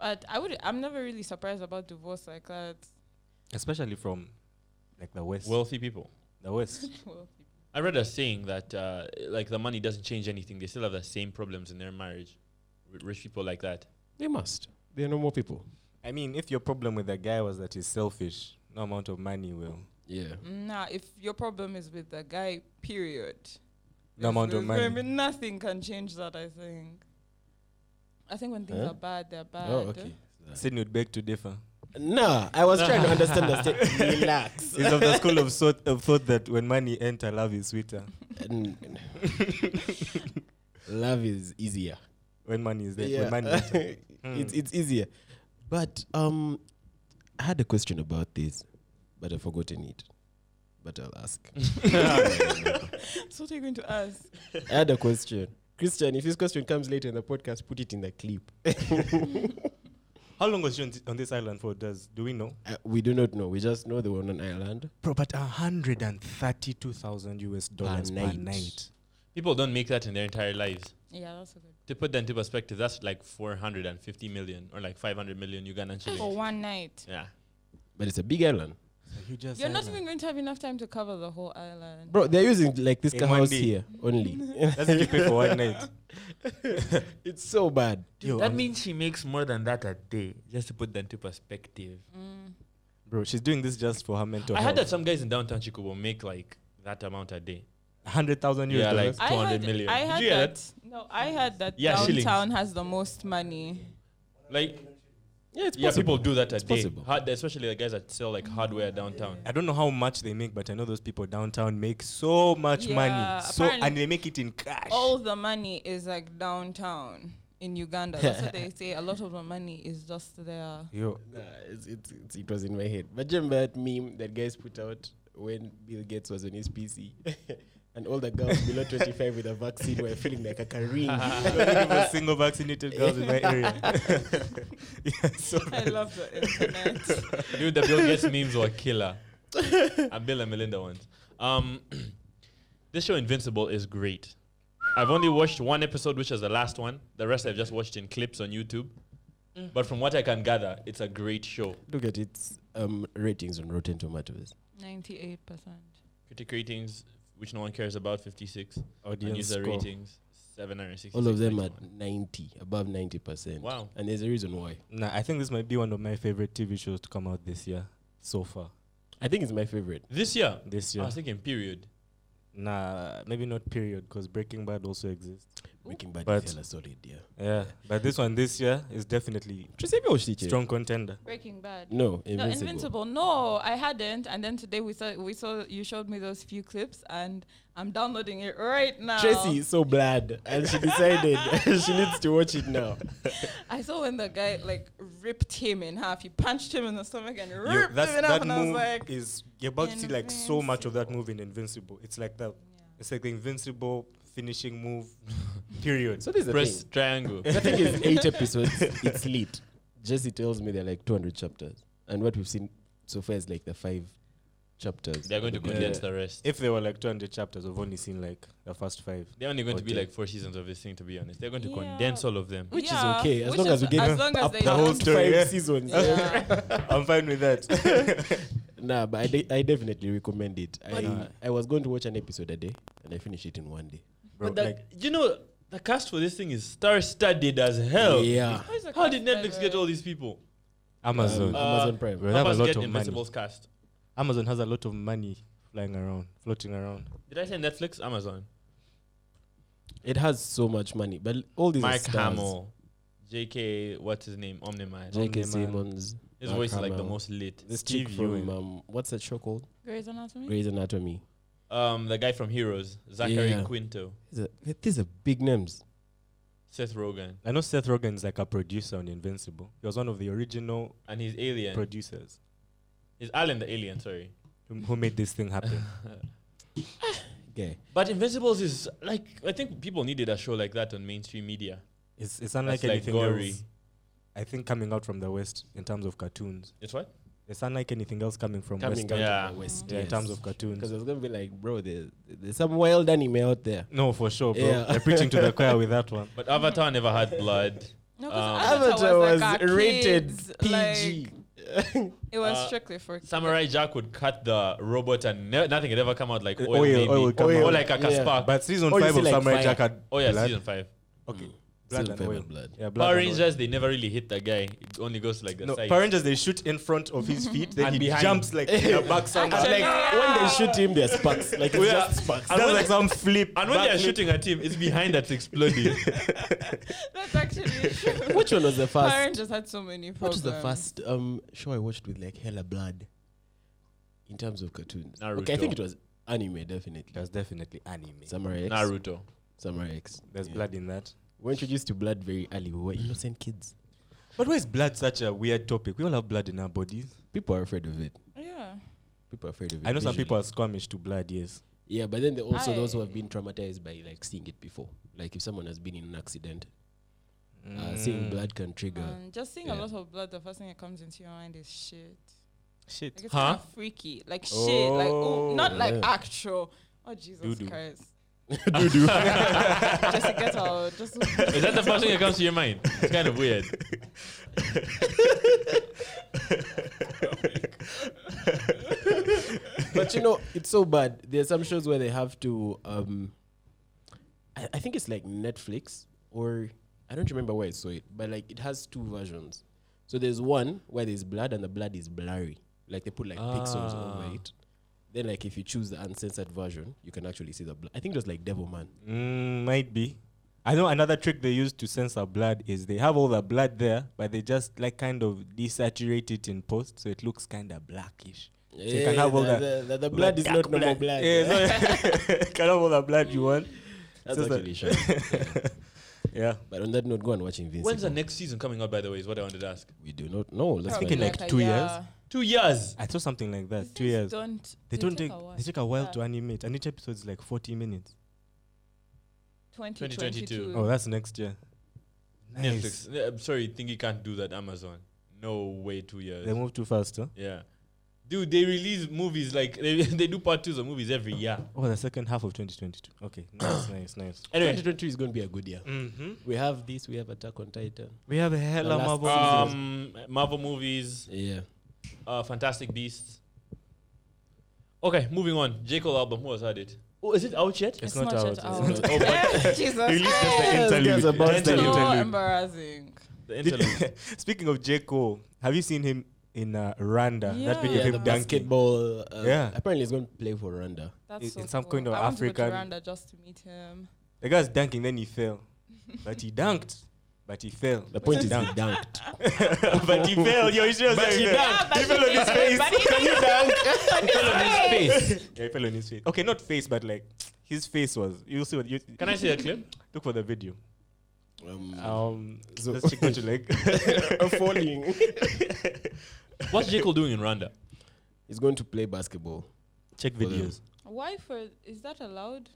Speaker 3: but I would. I'm never really surprised about divorce like that.
Speaker 2: Especially from like the West.
Speaker 4: Wealthy people.
Speaker 2: the West.
Speaker 3: Well,
Speaker 4: I read a saying that uh, like the money doesn't change anything. They still have the same problems in their marriage. R- rich people like that.
Speaker 1: They must. They're normal people.
Speaker 2: I mean, if your problem with the guy was that he's selfish, no amount of money will.
Speaker 1: Yeah.
Speaker 3: Nah, if your problem is with the guy, period.
Speaker 2: No amount of
Speaker 3: There's gonna be
Speaker 2: money.
Speaker 3: nothing can change that. I think. I think when things
Speaker 1: Huh?
Speaker 3: are bad, they're
Speaker 4: Uh,
Speaker 3: bad.
Speaker 1: Oh, okay.
Speaker 2: Sydney would beg to differ.
Speaker 1: No, I was trying to understand the state. Relax.
Speaker 2: He's of the school of thought, of thought that when money enter, love is sweeter.
Speaker 1: N- Love is easier.
Speaker 2: When money is there,
Speaker 1: Yeah.
Speaker 2: when money enter.
Speaker 1: it's it's easier. But um, I had a question about this, but I've forgotten it. But I'll ask.
Speaker 3: So what are you going to ask?
Speaker 1: I had a question. Christian, if this question comes later in the podcast, put it in the clip. Uh,
Speaker 2: How long was she on, thi- on this island for? Does do we know?
Speaker 1: Uh, we do not know. We just know they were on an island.
Speaker 2: Bro, but hundred and thirty-two thousand US dollars per night.
Speaker 1: night.
Speaker 4: People don't make that in their entire lives.
Speaker 3: Yeah, that's a good.
Speaker 4: To put that into perspective, that's like 450 million or like 500 million Ugandan
Speaker 3: For
Speaker 4: shillings.
Speaker 3: one night,
Speaker 4: Yeah.
Speaker 1: But it's a big island.
Speaker 2: You just
Speaker 3: you're not even going to have enough time to cover the whole island.
Speaker 1: Bro, they're using like this
Speaker 2: In one
Speaker 1: house
Speaker 2: day.
Speaker 1: here only.
Speaker 2: That's what you pay for one night.
Speaker 1: it's so bad.
Speaker 2: Yo, I'm-
Speaker 4: means she makes more than that a day, just to put that into perspective.
Speaker 2: bro, she's doing this just for her mental
Speaker 4: I
Speaker 2: health.
Speaker 4: heard that some guys in downtown Chico will make like that amount a day.
Speaker 2: hundred thousand US
Speaker 4: Yeah, like-
Speaker 2: dollars.
Speaker 3: I
Speaker 4: 200
Speaker 3: heard,
Speaker 4: million.
Speaker 3: I
Speaker 4: Did
Speaker 3: heard
Speaker 4: you hear
Speaker 3: that, No, I heard that
Speaker 4: Yeah, shillings.
Speaker 3: downtown has the most money.
Speaker 4: Like,
Speaker 1: Yeah, it's
Speaker 4: yeah,
Speaker 1: possible.
Speaker 4: people do that a day.
Speaker 1: possible.
Speaker 4: Hard, especially the guys that sell like hardware downtown.
Speaker 2: I don't know how much they make, but I know those people downtown make so much
Speaker 3: Yeah,
Speaker 2: money. So and
Speaker 3: apparently- Oh.
Speaker 2: they make it in cash.
Speaker 3: All the money is like downtown in Uganda. That's what they say. A lot of the money is just there.
Speaker 2: Yo,
Speaker 1: Nah, it's, it's, it's, it was in my head. But do you remember that meme that guys put out when Bill Gates was on his PC? and all the girls below 25 with a vaccine were feeling like a Kareem.
Speaker 2: I'm looking for single vaccinated girls in my area. yeah, so
Speaker 3: I love the internet.
Speaker 4: Dude, the Bill Gates memes were killer. and Bill and Melinda ones. Um, this show Invincible is great. I've only watched one episode, which is the last one. The rest I've just watched in clips on YouTube. But from what I can gather, it's a great show.
Speaker 1: Look at its um, ratings on Rotten Tomatoes.
Speaker 3: 98%.
Speaker 4: Critic ratings, which no one cares about, 56. And
Speaker 1: Audience
Speaker 4: user
Speaker 1: score.
Speaker 4: ratings, 766.
Speaker 1: All of them
Speaker 4: Like,
Speaker 1: at 90, above 90%.
Speaker 4: Wow.
Speaker 1: And there's a reason why.
Speaker 2: Nah, I think this might be one of my favorite TV shows to come out this year so far.
Speaker 1: I think it's my favorite.
Speaker 4: This year,
Speaker 2: This
Speaker 4: I
Speaker 2: year.
Speaker 4: was thinking period.
Speaker 2: Nah, maybe not period because Breaking Bad also exists.
Speaker 1: Breaking Bad
Speaker 2: But-
Speaker 1: is hella solid, yeah.
Speaker 2: Yeah, but this one this year is definitely strong contender.
Speaker 3: Breaking Bad.
Speaker 1: No,
Speaker 3: No,
Speaker 1: Invincible.
Speaker 3: Invincible. No, I hadn't. And then today we saw we saw you showed me those few clips, and I'm downloading it right now.
Speaker 1: Tracy is so bad, and she decided she needs to watch it now.
Speaker 3: I saw when the guy like ripped him in half. He punched him in the stomach and ripped
Speaker 2: Yo, that's,
Speaker 3: him in half,
Speaker 2: that
Speaker 3: and I was
Speaker 2: move
Speaker 3: like,
Speaker 2: is you're about to see like so much of that move in Invincible. It's like that. It's like the Invincible finishing move. period.
Speaker 1: So this is the
Speaker 4: Press
Speaker 1: thing.
Speaker 4: triangle.
Speaker 1: I think it's eight episodes. It's lit. Jesse tells me they're like 200 chapters, and what we've seen so far is like the five chapters.
Speaker 4: They're going to
Speaker 1: Yeah.
Speaker 4: condense the rest.
Speaker 2: if there were like 200 chapters, I've only seen like the first five.
Speaker 4: They're only going to be
Speaker 2: Okay.
Speaker 4: like four seasons of this thing, to be honest. They're going to
Speaker 3: Yeah.
Speaker 4: condense all of them.
Speaker 1: Which is
Speaker 3: Yeah,
Speaker 1: okay, as
Speaker 3: which
Speaker 1: long
Speaker 3: is-
Speaker 1: as we get
Speaker 3: as long as
Speaker 1: up
Speaker 3: they
Speaker 1: the
Speaker 3: don't-
Speaker 1: whole
Speaker 2: story,
Speaker 1: five
Speaker 2: yeah.
Speaker 1: seasons.
Speaker 3: Yeah.
Speaker 2: I'm fine with that.
Speaker 1: Nah, but I, de- I definitely recommend it. I,
Speaker 2: But-
Speaker 1: I was going to watch an episode a day, and I finished it in one day.
Speaker 2: Bro,
Speaker 4: but the,
Speaker 2: like,
Speaker 4: you know, the cast for this thing is star-studded as hell.
Speaker 1: Yeah.
Speaker 3: Where's the
Speaker 4: How did
Speaker 3: cast
Speaker 4: Netflix
Speaker 3: by
Speaker 4: get
Speaker 3: the
Speaker 4: all
Speaker 3: way?
Speaker 4: these people?
Speaker 2: Amazon.
Speaker 1: Uh, Amazon Prime.
Speaker 2: Bro, they have a
Speaker 4: Amazon
Speaker 2: lot of
Speaker 4: get
Speaker 2: money.
Speaker 4: Invincible's cast.
Speaker 2: Amazon has a lot of money flying around, floating around.
Speaker 4: Did I say Netflix? Amazon.
Speaker 1: It has so much money, but all these are
Speaker 4: Mike
Speaker 1: stars.
Speaker 4: Hamill, J.K. What's his name? Omnimind.
Speaker 1: J.K.
Speaker 2: Omni-Man.
Speaker 1: Simmons.
Speaker 4: His
Speaker 1: Mark
Speaker 4: voice is like the
Speaker 1: Hamill.
Speaker 4: most lit.
Speaker 1: This
Speaker 2: Steve
Speaker 1: chick from
Speaker 2: Ewing.
Speaker 1: um, what's that show called?
Speaker 3: Grey's Anatomy?
Speaker 1: Grey's Anatomy.
Speaker 4: Um, the guy from Heroes, Zachary
Speaker 1: Yeah.
Speaker 4: Quinto,
Speaker 1: These are, these are big names.
Speaker 4: Seth Rogen,
Speaker 2: I know Seth Rogen's like a producer on Invincible. He was one of the original
Speaker 4: and he's alien.
Speaker 2: producers
Speaker 4: he's Alan the alien. Sorry.
Speaker 2: who, who made this thing happen.
Speaker 1: Okay,
Speaker 4: But Invincibles is like I think people needed a show like that on mainstream media.
Speaker 2: it's, it's unlike
Speaker 4: That's, like,
Speaker 2: anything
Speaker 4: gory.
Speaker 2: else. I think coming out from the West in terms of cartoons.
Speaker 4: It's what?
Speaker 2: It's unlike anything else coming from
Speaker 1: coming
Speaker 2: West.
Speaker 1: out
Speaker 4: Yeah.
Speaker 1: of the West.
Speaker 2: Yeah, in terms of
Speaker 1: because
Speaker 2: cartoons.
Speaker 1: I was gonna be like, bro, there, there's some wild anime out there.
Speaker 2: No, for sure, bro.
Speaker 1: Yeah.
Speaker 2: They're preaching to the choir with that one.
Speaker 4: But Avatar never had blood.
Speaker 3: No, 'cause
Speaker 4: Um,
Speaker 3: Oh, Avatar,
Speaker 1: Avatar
Speaker 3: was,
Speaker 1: was
Speaker 3: like our
Speaker 1: rated
Speaker 3: kids,
Speaker 1: PG.
Speaker 3: like, it was
Speaker 4: Uh,
Speaker 3: strictly for
Speaker 4: Samurai Jack would cut the robot and ne- nothing had ever come out like
Speaker 2: Uh,
Speaker 4: oil,
Speaker 2: oil-
Speaker 4: maybe.
Speaker 2: oil would come
Speaker 4: or
Speaker 2: out.
Speaker 4: like a
Speaker 1: Yeah.
Speaker 4: spark.
Speaker 2: But season
Speaker 1: Oh, you
Speaker 2: five
Speaker 1: see,
Speaker 2: of
Speaker 1: like,
Speaker 2: Samurai
Speaker 1: fire.
Speaker 2: Jack had
Speaker 4: Oh yeah,
Speaker 2: blood.
Speaker 4: season five.
Speaker 2: Okay.
Speaker 1: Blood
Speaker 2: Blood and
Speaker 1: Five
Speaker 2: oil.
Speaker 1: and blood.
Speaker 2: Yeah, blood
Speaker 4: Power
Speaker 2: and oil.
Speaker 4: Rangers, they never really hit the guy. It only goes to, like the
Speaker 2: No,
Speaker 4: side. Oh,
Speaker 2: Power Rangers, they shoot in front of his feet, then
Speaker 4: And
Speaker 2: he
Speaker 4: behind.
Speaker 2: jumps like in the back somewhere.
Speaker 1: Like
Speaker 3: Actually,
Speaker 2: like,
Speaker 1: when they shoot him, there's sparks. Like it's
Speaker 4: Yeah.
Speaker 1: just sparks.
Speaker 4: And
Speaker 2: that's
Speaker 4: when
Speaker 2: like
Speaker 4: they-
Speaker 2: some flip.
Speaker 4: and when
Speaker 2: back
Speaker 4: they're
Speaker 2: flip.
Speaker 4: shooting at him, it's behind that's exploding.
Speaker 3: That's actually true.
Speaker 1: Which one was the
Speaker 3: Power
Speaker 1: first?
Speaker 3: Rangers had so many
Speaker 1: What
Speaker 3: problems.
Speaker 1: was the first um show I watched with like hella blood? In terms of cartoons, okay, I think
Speaker 4: Naruto.
Speaker 1: it was anime definitely.
Speaker 2: That's definitely anime.
Speaker 1: Samurai X.
Speaker 4: Naruto.
Speaker 1: Samurai X.
Speaker 2: There's
Speaker 1: Yeah.
Speaker 2: blood in that.
Speaker 1: We're introduced to blood very early. We were innocent kids.
Speaker 2: But why is blood such a weird topic? We all have blood in our bodies.
Speaker 1: People are afraid of it.
Speaker 3: Yeah.
Speaker 1: People are afraid of it.
Speaker 2: I know some
Speaker 1: visually.
Speaker 2: people are squamish to blood, yes.
Speaker 1: Yeah, but then there are also those who have
Speaker 3: I-
Speaker 1: been traumatized by like seeing it before. Like if someone has been in an accident, uh,
Speaker 2: Mm.
Speaker 1: seeing blood can trigger.
Speaker 3: Um, just seeing
Speaker 1: Yeah.
Speaker 3: a lot of blood, the first thing that comes into your mind is shit.
Speaker 2: Shit.
Speaker 3: Like it's
Speaker 4: Huh?
Speaker 3: kind of freaky. Like shit. Like oh, not like
Speaker 1: Yeah.
Speaker 3: actual. Oh Jesus
Speaker 2: Doo-doo.
Speaker 3: Christ.
Speaker 1: Doo-doo.
Speaker 3: just to get out. Just
Speaker 4: Is that the first thing that comes to your mind? It's kind of weird.
Speaker 1: but you know, it's so bad. There are some shows where they have to. Um, I, I think it's like Netflix or I don't remember where I saw it, but like it has two versions. So there's one where there's blood and the blood is blurry, like they put like pixels
Speaker 4: Ah.
Speaker 1: over it. Then like if you choose the uncensored version, you can actually see the blood. I think it was like Devil Man.
Speaker 2: Mm, might be. I know another trick they use to censor blood is they have all the blood there, but they just like kind of desaturate it in post, so it looks kind of blackish. So you can have all
Speaker 1: the,
Speaker 2: that.
Speaker 1: The, the, the blood is
Speaker 2: dark
Speaker 1: not normal blood.
Speaker 2: Yeah, it's not- you can have all the blood you want.
Speaker 1: That's
Speaker 2: Just that-
Speaker 1: actually shocking.
Speaker 2: Yeah.
Speaker 1: But on that note, go and watch Invincible.
Speaker 4: When's the next season coming out, by the way, is what I wanted to ask.
Speaker 1: We do not know. Let's
Speaker 2: Probably
Speaker 1: find
Speaker 2: like
Speaker 1: out.
Speaker 2: two years.
Speaker 4: Two years.
Speaker 2: I saw something like that. Two years.
Speaker 3: Don't.
Speaker 2: They don't take.
Speaker 3: a while.
Speaker 2: They take a while
Speaker 3: Yeah.
Speaker 2: to animate, and each episode is like forty minutes.
Speaker 3: 2022.
Speaker 2: Oh, that's next year. Nice.
Speaker 4: Netflix. Yeah, I'm sorry, think you can't do that, Amazon. No way, two years.
Speaker 2: They move too fast, huh?
Speaker 4: Yeah. Dude, they release movies like they, they do part twos of movies every year.
Speaker 2: Oh, the second half of 2022. Okay, nice, nice, nice.
Speaker 4: Anyway,
Speaker 1: 2022 is going to be a good year. We have this. We have Attack on Titan.
Speaker 2: We have a hella
Speaker 1: Mm-hmm. last
Speaker 2: Marvel. movies.
Speaker 4: um, Marvel movies,
Speaker 1: Yeah.
Speaker 4: uh, Fantastic Beasts. Okay, moving on. J Cole album. Who has had it? Oh, is it out yet?
Speaker 2: It's not out,
Speaker 3: yet
Speaker 2: it's
Speaker 4: Oh my,
Speaker 3: Jesus
Speaker 2: Release
Speaker 3: Christ.
Speaker 2: just the
Speaker 1: Yes, guys,
Speaker 2: interlude.
Speaker 1: about
Speaker 2: The
Speaker 4: to-
Speaker 2: interlude.
Speaker 3: So
Speaker 2: interlude.
Speaker 3: embarrassing.
Speaker 4: the
Speaker 2: Did-
Speaker 4: interlude.
Speaker 2: Speaking of J. Cole, have you seen him in uh, Rwanda? That video
Speaker 3: Yeah,
Speaker 2: of
Speaker 1: Yeah,
Speaker 2: him
Speaker 1: the
Speaker 2: dunking.
Speaker 1: basketball. Uh,
Speaker 2: Yeah.
Speaker 1: Apparently, he's going to play for Rwanda.
Speaker 3: That's
Speaker 2: In-
Speaker 3: so
Speaker 2: in some
Speaker 3: cool.
Speaker 2: kind of
Speaker 3: I want to go to
Speaker 2: African-
Speaker 3: Rwanda just to meet him.
Speaker 2: The guy's dunking, then he fell. But he dunked. But he fell.
Speaker 1: The
Speaker 2: but
Speaker 1: point
Speaker 2: he
Speaker 1: is, he
Speaker 2: dunked.
Speaker 1: dunked.
Speaker 2: but he fell. Yo, he should have
Speaker 4: But
Speaker 2: said
Speaker 4: he
Speaker 2: that.
Speaker 4: dunked.
Speaker 2: He fell on his face. Can you dunk?
Speaker 4: On his face.
Speaker 2: Yeah, he fell on his face. Okay, not face, but like his face was. You'll see what you.
Speaker 4: Can I see that clip?
Speaker 2: Look for the video.
Speaker 1: Um,
Speaker 2: Um,
Speaker 1: So-
Speaker 2: let's check what you like.
Speaker 1: falling.
Speaker 4: What's J Cole doing in Rwanda?
Speaker 1: he's going to play basketball.
Speaker 2: check
Speaker 1: them.
Speaker 2: videos.
Speaker 3: Why for? Is that allowed?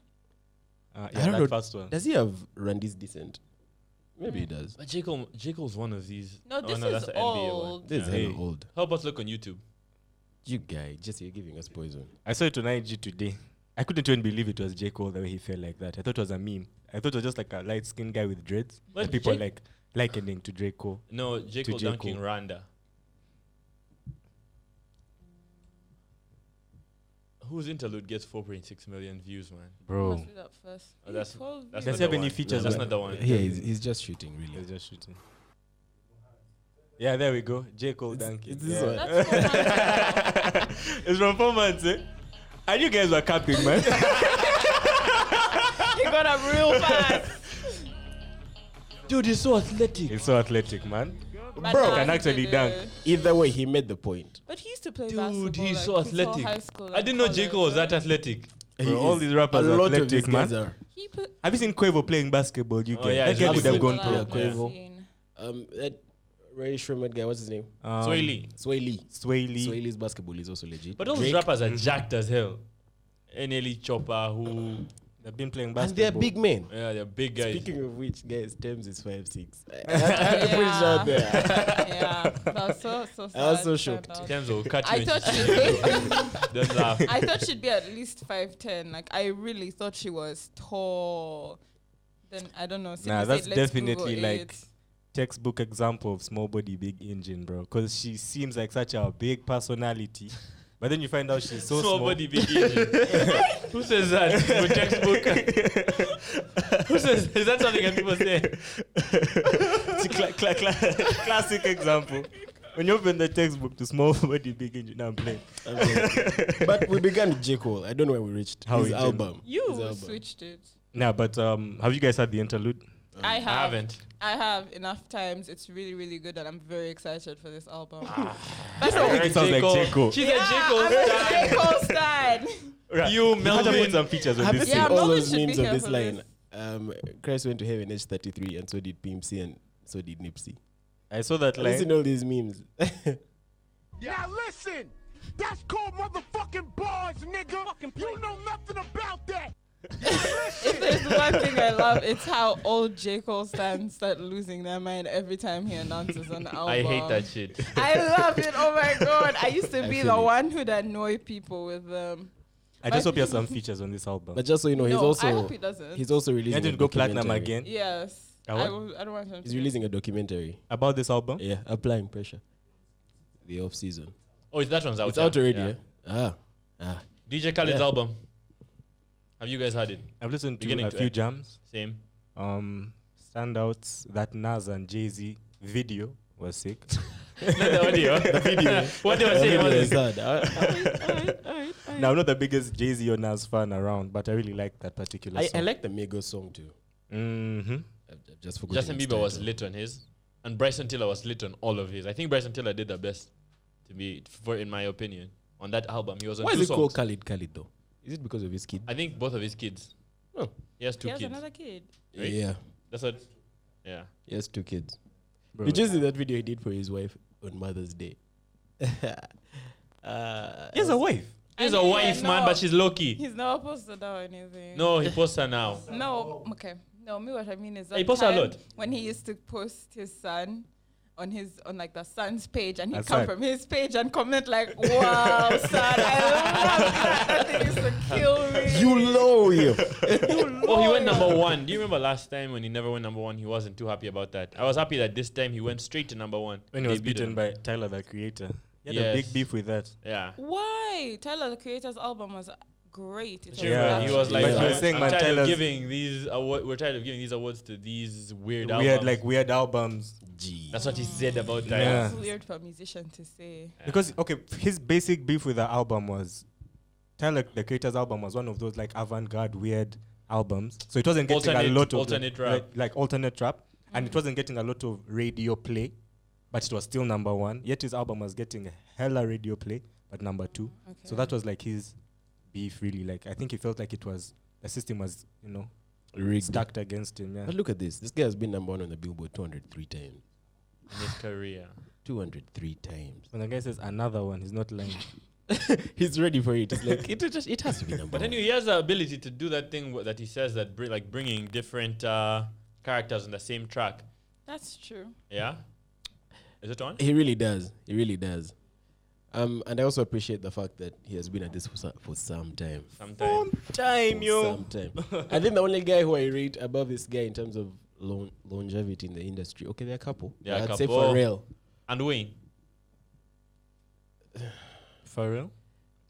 Speaker 2: Uh,
Speaker 1: I
Speaker 2: yeah,
Speaker 1: don't
Speaker 2: that
Speaker 1: know.
Speaker 2: first one.
Speaker 1: Does he have Randy's descent? Maybe he does.
Speaker 4: But J Cole, J Cole's one of these.
Speaker 3: No, this
Speaker 4: Oh, that's
Speaker 3: is
Speaker 4: the NBA one.
Speaker 3: old.
Speaker 1: This is
Speaker 2: Yeah.
Speaker 1: hella
Speaker 2: Hey.
Speaker 1: old.
Speaker 4: Help us look on YouTube.
Speaker 1: You guy, just you're giving us poison.
Speaker 2: I saw it on IG today. I couldn't even believe it was J. Cole the way he felt like that. I thought it was a meme. I thought it was just like a light skinned guy with dreads.
Speaker 4: But
Speaker 2: and people
Speaker 4: J-
Speaker 2: like likening to J. Cole.
Speaker 4: No, J
Speaker 2: To
Speaker 4: Cole
Speaker 2: J.
Speaker 4: dunking
Speaker 2: Cole.
Speaker 4: Rwanda. Whose interlude gets 4.6 million views, man?
Speaker 3: Let's
Speaker 2: Bro.
Speaker 3: do that first.
Speaker 4: Oh, that's-
Speaker 3: Twelve
Speaker 2: Does
Speaker 3: years.
Speaker 4: that's
Speaker 2: he
Speaker 4: not
Speaker 2: have
Speaker 4: the
Speaker 2: any
Speaker 4: one.
Speaker 2: features?
Speaker 4: That's
Speaker 2: on-
Speaker 4: not the one.
Speaker 1: Yeah, he's, he's just shooting, really.
Speaker 2: Uh, He's just shooting. Yeah, there we go. J. Cole Duncan.
Speaker 1: it's this
Speaker 2: Yeah.
Speaker 1: one.
Speaker 3: That's four months ago.
Speaker 2: it's from four months, eh? And you guys were capping, man.
Speaker 3: He got up real fast.
Speaker 4: Dude, he's so athletic.
Speaker 2: He's so athletic, man.
Speaker 3: But
Speaker 1: Bro.
Speaker 3: now
Speaker 2: Can
Speaker 3: he
Speaker 2: actually
Speaker 3: did
Speaker 2: dunk.
Speaker 3: it.
Speaker 1: Either way, he made the point.
Speaker 3: But he used to play basketball.
Speaker 4: Dude, he's
Speaker 3: like,
Speaker 4: so
Speaker 3: his whole
Speaker 4: athletic.
Speaker 3: high school,
Speaker 4: I
Speaker 3: like,
Speaker 4: didn't know J Cole was
Speaker 3: college,
Speaker 4: that
Speaker 3: right?
Speaker 4: athletic.
Speaker 2: Bro, all these rappers
Speaker 1: a
Speaker 2: are
Speaker 1: lot of
Speaker 2: athletic,
Speaker 1: these guys
Speaker 2: man.
Speaker 1: are.
Speaker 3: He put
Speaker 2: Have you seen Quavo playing basketball? You
Speaker 4: Oh,
Speaker 2: guys?
Speaker 4: yeah,
Speaker 2: that
Speaker 4: it's
Speaker 2: guy
Speaker 1: really
Speaker 2: would have
Speaker 1: good.
Speaker 2: gone
Speaker 1: Yeah,
Speaker 2: pro.
Speaker 1: Quavo. Um, that Ray Shrimmed guy, what's his name?
Speaker 2: Um,
Speaker 4: Sway Lee.
Speaker 1: Sway Lee.
Speaker 2: Sway Lee.
Speaker 1: Sway Lee's basketball is also legit.
Speaker 4: But all these
Speaker 1: Drake-
Speaker 4: rappers
Speaker 2: Mm.
Speaker 4: are jacked as hell. NLE Chopper, who.
Speaker 2: They've been playing
Speaker 1: and they're
Speaker 2: basketball.
Speaker 1: big men.
Speaker 4: Yeah, they're big guys.
Speaker 1: Speaking of which, guys, Thames is five six. I I had to put it out
Speaker 3: Yeah.
Speaker 1: there.
Speaker 3: yeah, that was so so. Sad.
Speaker 1: I was so
Speaker 3: Sad
Speaker 1: shocked.
Speaker 3: about-
Speaker 4: Thames will catch you
Speaker 3: I
Speaker 4: when
Speaker 3: thought
Speaker 4: she sees
Speaker 3: she'd be,
Speaker 4: you. Don't laugh.
Speaker 3: I thought she'd be at least five ten. Like I really thought she was tall. Then I don't know. Sidi
Speaker 2: Nah,
Speaker 3: said,
Speaker 2: that's
Speaker 3: "Let's Google
Speaker 2: definitely like
Speaker 3: it."
Speaker 2: textbook example of small body, big engine, bro. Because she seems like such a big personality, but then you find out she's so small.
Speaker 4: small body big engine. Who says that? For textbook. Who says is that something that people say?
Speaker 2: It's a cla- cla- cla- classic example. When you open the textbook to small body, big engine, now I'm playing.
Speaker 1: Okay. but we began with J. Cole. I don't know where we reached.
Speaker 2: How
Speaker 1: his
Speaker 2: we did.
Speaker 1: album. His
Speaker 3: You
Speaker 1: album.
Speaker 3: switched it.
Speaker 2: Nah, but um, have you guys had the interlude?
Speaker 3: I
Speaker 4: Oh. I
Speaker 3: have.
Speaker 4: haven't.
Speaker 3: I have enough times. It's really, really good, and I'm very excited for this album.
Speaker 4: Ah.
Speaker 3: That's all.
Speaker 2: it sounds like J. Cole.
Speaker 4: She's
Speaker 3: Yeah,
Speaker 4: a J. Cole
Speaker 3: I'm a J. Cole stan.
Speaker 2: Right. You
Speaker 4: You,
Speaker 2: have to put
Speaker 4: Melvin.
Speaker 2: some features on
Speaker 1: Have you
Speaker 2: this.
Speaker 1: seen
Speaker 3: Yeah,
Speaker 1: all
Speaker 2: thing.
Speaker 3: Melvin
Speaker 1: those
Speaker 3: should be
Speaker 1: memes of
Speaker 3: here
Speaker 1: this
Speaker 3: for
Speaker 1: line?
Speaker 3: this.
Speaker 1: Um, Christ went to heaven age 33 and so did PMC and so did Nipsey.
Speaker 2: I saw that
Speaker 1: I've seen
Speaker 2: line.
Speaker 1: all these memes.
Speaker 6: Now listen, that's called motherfucking bars, nigga. you know nothing about that.
Speaker 3: If there's one thing I love, it's how old J. Cole stands start losing their mind every time he announces an album.
Speaker 4: I hate that shit.
Speaker 3: I love it. Oh my god. I used to
Speaker 1: I
Speaker 3: be
Speaker 1: feel
Speaker 3: the
Speaker 1: it.
Speaker 3: one who'd annoy people with them.
Speaker 2: I just hope you have some features on this album.
Speaker 1: but just so you know, he's
Speaker 3: no, I
Speaker 1: also
Speaker 3: hope he doesn't.
Speaker 1: he's also releasing.
Speaker 2: I
Speaker 1: a
Speaker 2: didn't go platinum
Speaker 1: documentary.
Speaker 2: again.
Speaker 3: yes.
Speaker 2: A
Speaker 3: I,
Speaker 2: what?
Speaker 3: will, I don't want him to.
Speaker 1: He's releasing a documentary.
Speaker 2: About this album?
Speaker 1: Yeah, applying pressure. The off season.
Speaker 4: Oh, is that one's out.
Speaker 1: It's out
Speaker 4: yeah.
Speaker 1: already.
Speaker 4: Yeah.
Speaker 1: Yeah. Ah, ah.
Speaker 4: DJ Khaled's
Speaker 1: Yeah.
Speaker 4: album. Have you guys heard it?
Speaker 2: I've listened to
Speaker 4: Beginning
Speaker 2: a
Speaker 4: to
Speaker 2: few
Speaker 4: end.
Speaker 2: jams.
Speaker 4: Same.
Speaker 2: Um, standouts that Nas and Jay Z video was sick.
Speaker 4: Not the audio. the video. what they were saying
Speaker 1: Really
Speaker 4: was
Speaker 1: sad. I-
Speaker 2: now I'm not the biggest Jay Z or Nas fan around, but I really like that particular
Speaker 1: I, I
Speaker 2: song.
Speaker 1: like the Migos song too.
Speaker 2: mm-hmm.
Speaker 1: I've, I've just forgotten.
Speaker 4: Justin
Speaker 1: its
Speaker 4: Bieber was
Speaker 1: title.
Speaker 4: lit on his, and Bryson Tiller was lit on all of his. I think Bryson Tiller did the best, to be for in my opinion, on that album. He was on
Speaker 1: Why
Speaker 4: two
Speaker 1: is it
Speaker 4: songs.
Speaker 1: called Khalid Khalid though? Is it because of his kid?
Speaker 4: I think both of his kids.
Speaker 1: Oh.
Speaker 4: He has
Speaker 3: He
Speaker 4: two
Speaker 3: has
Speaker 4: kids.
Speaker 3: another kid.
Speaker 4: Right?
Speaker 1: Yeah.
Speaker 4: That's what. Yeah.
Speaker 1: He has two kids.
Speaker 2: Bro,
Speaker 1: Did you see that video he did for his wife on Mother's Day? uh,
Speaker 2: he has a wife.
Speaker 4: He's
Speaker 3: I
Speaker 4: a
Speaker 3: mean,
Speaker 4: wife,
Speaker 3: no,
Speaker 4: man, but she's lucky.
Speaker 3: He's never posted that or anything.
Speaker 4: No, he posts her now.
Speaker 3: No, okay. No, me what I mean is that
Speaker 4: He posts a
Speaker 3: time
Speaker 4: lot.
Speaker 3: when he used to post his son on his on like the son's page, and he'd
Speaker 2: That's
Speaker 3: come
Speaker 2: right.
Speaker 3: from his page and comment like, "Wow, son, I love that. That thing used to kill me."
Speaker 1: You low you.
Speaker 4: Oh, he went number one. Do you remember last time when he never went number one? He wasn't too happy about that. I was happy that this time he went straight to number one.
Speaker 2: when he was
Speaker 4: Debuted
Speaker 2: beaten
Speaker 4: on-
Speaker 2: by Tyler the Creator. He had a
Speaker 4: Yes.
Speaker 2: big beef with that.
Speaker 4: Yeah.
Speaker 3: Why? Tyler the Creator's album was great. It was
Speaker 2: Yeah.
Speaker 4: He was like,
Speaker 2: But he
Speaker 4: I'm,
Speaker 2: was saying
Speaker 4: I'm
Speaker 2: my
Speaker 4: tired of
Speaker 2: Tyler's-
Speaker 4: giving these award, we're tired of giving these awards to these weird
Speaker 2: We had
Speaker 4: albums.
Speaker 2: like weird albums.
Speaker 4: That's what he said about that.
Speaker 2: Yeah.
Speaker 3: It's weird for a musician to say.
Speaker 2: Because okay, his basic beef with the album was Tyler the Creator's album was one of those like avant-garde weird albums. So it wasn't getting
Speaker 4: Alternate-
Speaker 2: a lot of
Speaker 4: alternate
Speaker 2: like,
Speaker 4: rap.
Speaker 2: Like, alternate rap, and it wasn't getting a lot of radio play, but it was still number one. Yet his album was getting hella radio play, but number two. So that was like his beef really. Like I think he felt like it was the system was you know
Speaker 1: Rigged.
Speaker 2: stacked against him. Yeah.
Speaker 1: But look at this. This guy has been number one on the Billboard 203 times.
Speaker 4: in his career.
Speaker 1: 203 times.
Speaker 2: When the guy says another one, he's not lying.
Speaker 1: He's ready for it. It's like it just it has to be number
Speaker 4: But
Speaker 1: one.
Speaker 4: anyway, he has the ability to do that thing wh- that he says that br- like bringing different uh, characters on the same track.
Speaker 3: That's true.
Speaker 4: Yeah. Is it on?
Speaker 1: He really does. He really does. Um, and I also appreciate the fact that he has been at this for, so- for some time.
Speaker 4: Sometimes.
Speaker 2: Time
Speaker 1: For some time. I think the only guy who I rate above this guy in terms of lon- longevity in the industry. Okay, they're a couple.
Speaker 4: They're a
Speaker 1: I'd say
Speaker 4: couple.
Speaker 1: Pharrell,
Speaker 4: And Wayne.
Speaker 2: for real.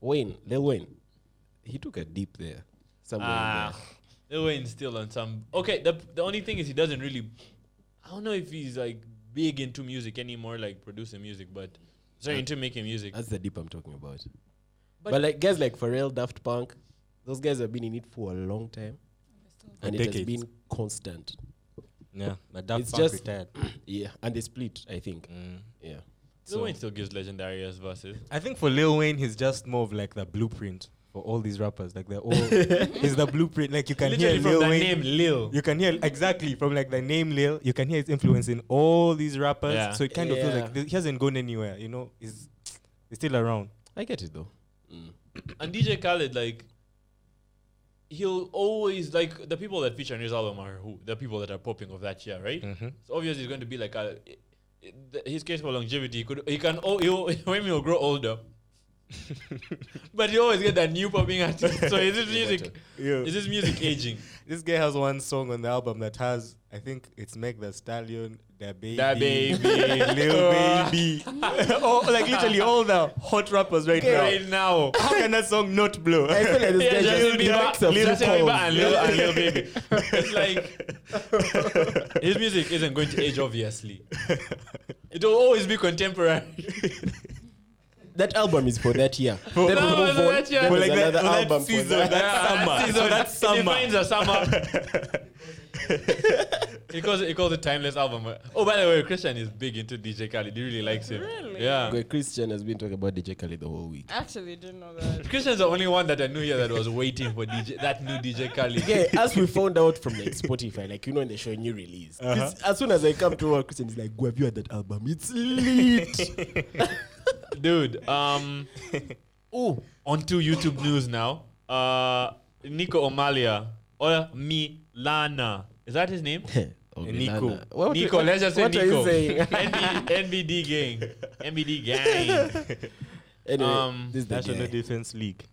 Speaker 1: Wayne, Lil Wayne. He took a deep there. Somewhere in
Speaker 4: Ah,
Speaker 1: there.
Speaker 4: Lil Wayne's still on some. Okay, the the only thing is he doesn't really. I don't know if he's like big into music anymore, like producing music, but sorry, into making music.
Speaker 1: That's the deep I'm talking about.
Speaker 4: But-
Speaker 1: But, like guys like Pharrell, Daft Punk, those guys have been in it for a long time, and it has
Speaker 2: decades.
Speaker 1: been constant.
Speaker 2: Yeah, but Daft
Speaker 1: It's
Speaker 2: Punk
Speaker 1: just-
Speaker 2: retired. Mm.
Speaker 1: Yeah, and they split, I think. Yeah.
Speaker 4: Lil Wayne still gives legendary ass verses.
Speaker 2: I think for Lil Wayne, he's just more of like the blueprint for all these rappers. Like they're all, he's the blueprint. Like you can
Speaker 4: Literally
Speaker 2: hear
Speaker 4: from
Speaker 2: Lil
Speaker 4: the
Speaker 2: Wayne.
Speaker 4: name Lil.
Speaker 2: You can hear exactly from like the name Lil. You can hear his influence in all these rappers.
Speaker 4: Yeah.
Speaker 2: So it kind of feels like
Speaker 1: Yeah.
Speaker 2: th- he hasn't gone anywhere. You know, he's he's still around.
Speaker 1: I get it though. Mm.
Speaker 4: And DJ Khaled, like, he'll always like the people that feature on his album are who the people that are popping of that year, right?
Speaker 2: Mm-hmm.
Speaker 4: So obviously it's going to be like a, i- i- th- his case for longevity. He could he can oh he'll, when he'll grow older, but you always get that new popping artist. So is this music?
Speaker 2: Yeah.
Speaker 4: Is this music aging?
Speaker 2: This guy has one song on the album that has, I think it's Meg the Stallion, the baby,
Speaker 4: Da Baby.
Speaker 2: Lil Baby, oh, like literally all the hot rappers right now.
Speaker 4: Right now.
Speaker 2: How can that song not blow?
Speaker 1: I feel like this
Speaker 4: Yeah,
Speaker 1: guy
Speaker 4: Justin
Speaker 1: just likes
Speaker 4: Bieber,
Speaker 1: a
Speaker 4: Justin
Speaker 1: few
Speaker 4: Bieber and
Speaker 1: pounds.
Speaker 4: Lil, and Lil Baby. It's like his music isn't going to age. Obviously, it will always be contemporary.
Speaker 1: That album is for that year. then
Speaker 4: No,
Speaker 1: we move
Speaker 4: no,
Speaker 1: on.
Speaker 4: that year.
Speaker 1: Then
Speaker 4: For
Speaker 1: there's
Speaker 2: like
Speaker 1: another
Speaker 2: that- for that
Speaker 1: album for
Speaker 2: season,
Speaker 1: that.
Speaker 2: that- summer.
Speaker 4: season.
Speaker 2: So that's
Speaker 4: It
Speaker 2: summer.
Speaker 4: defines a summer. he calls it he calls it timeless album. Oh, by the way, Christian is big into DJ Khaled. He really likes him.
Speaker 3: Really?
Speaker 4: Yeah.
Speaker 1: Okay, Christian has been talking about DJ Khaled the whole week.
Speaker 3: I actually didn't know that.
Speaker 4: Christian's the only one that I knew here that was waiting for DJ that new DJ Khaled.
Speaker 1: Yeah, as we found out from like Spotify, like you know, when they show a new release,
Speaker 4: Uh-huh.
Speaker 1: Chris- as soon as I come to work, Christian is like, "Go have you heard that album? It's lit."
Speaker 4: Dude, um Oh, onto YouTube news now. Uh Nico Omalia or Milana. Is that his name?
Speaker 1: Oh,
Speaker 2: Nico.
Speaker 1: Milana. What-
Speaker 4: Nico,
Speaker 1: what-
Speaker 4: let's just say
Speaker 1: what are you
Speaker 4: Nico.
Speaker 1: saying?
Speaker 4: NB, NBD gang. NBD gang.
Speaker 1: Anyway,
Speaker 4: Um,
Speaker 1: this is the
Speaker 2: National
Speaker 1: guy.
Speaker 2: Defense League.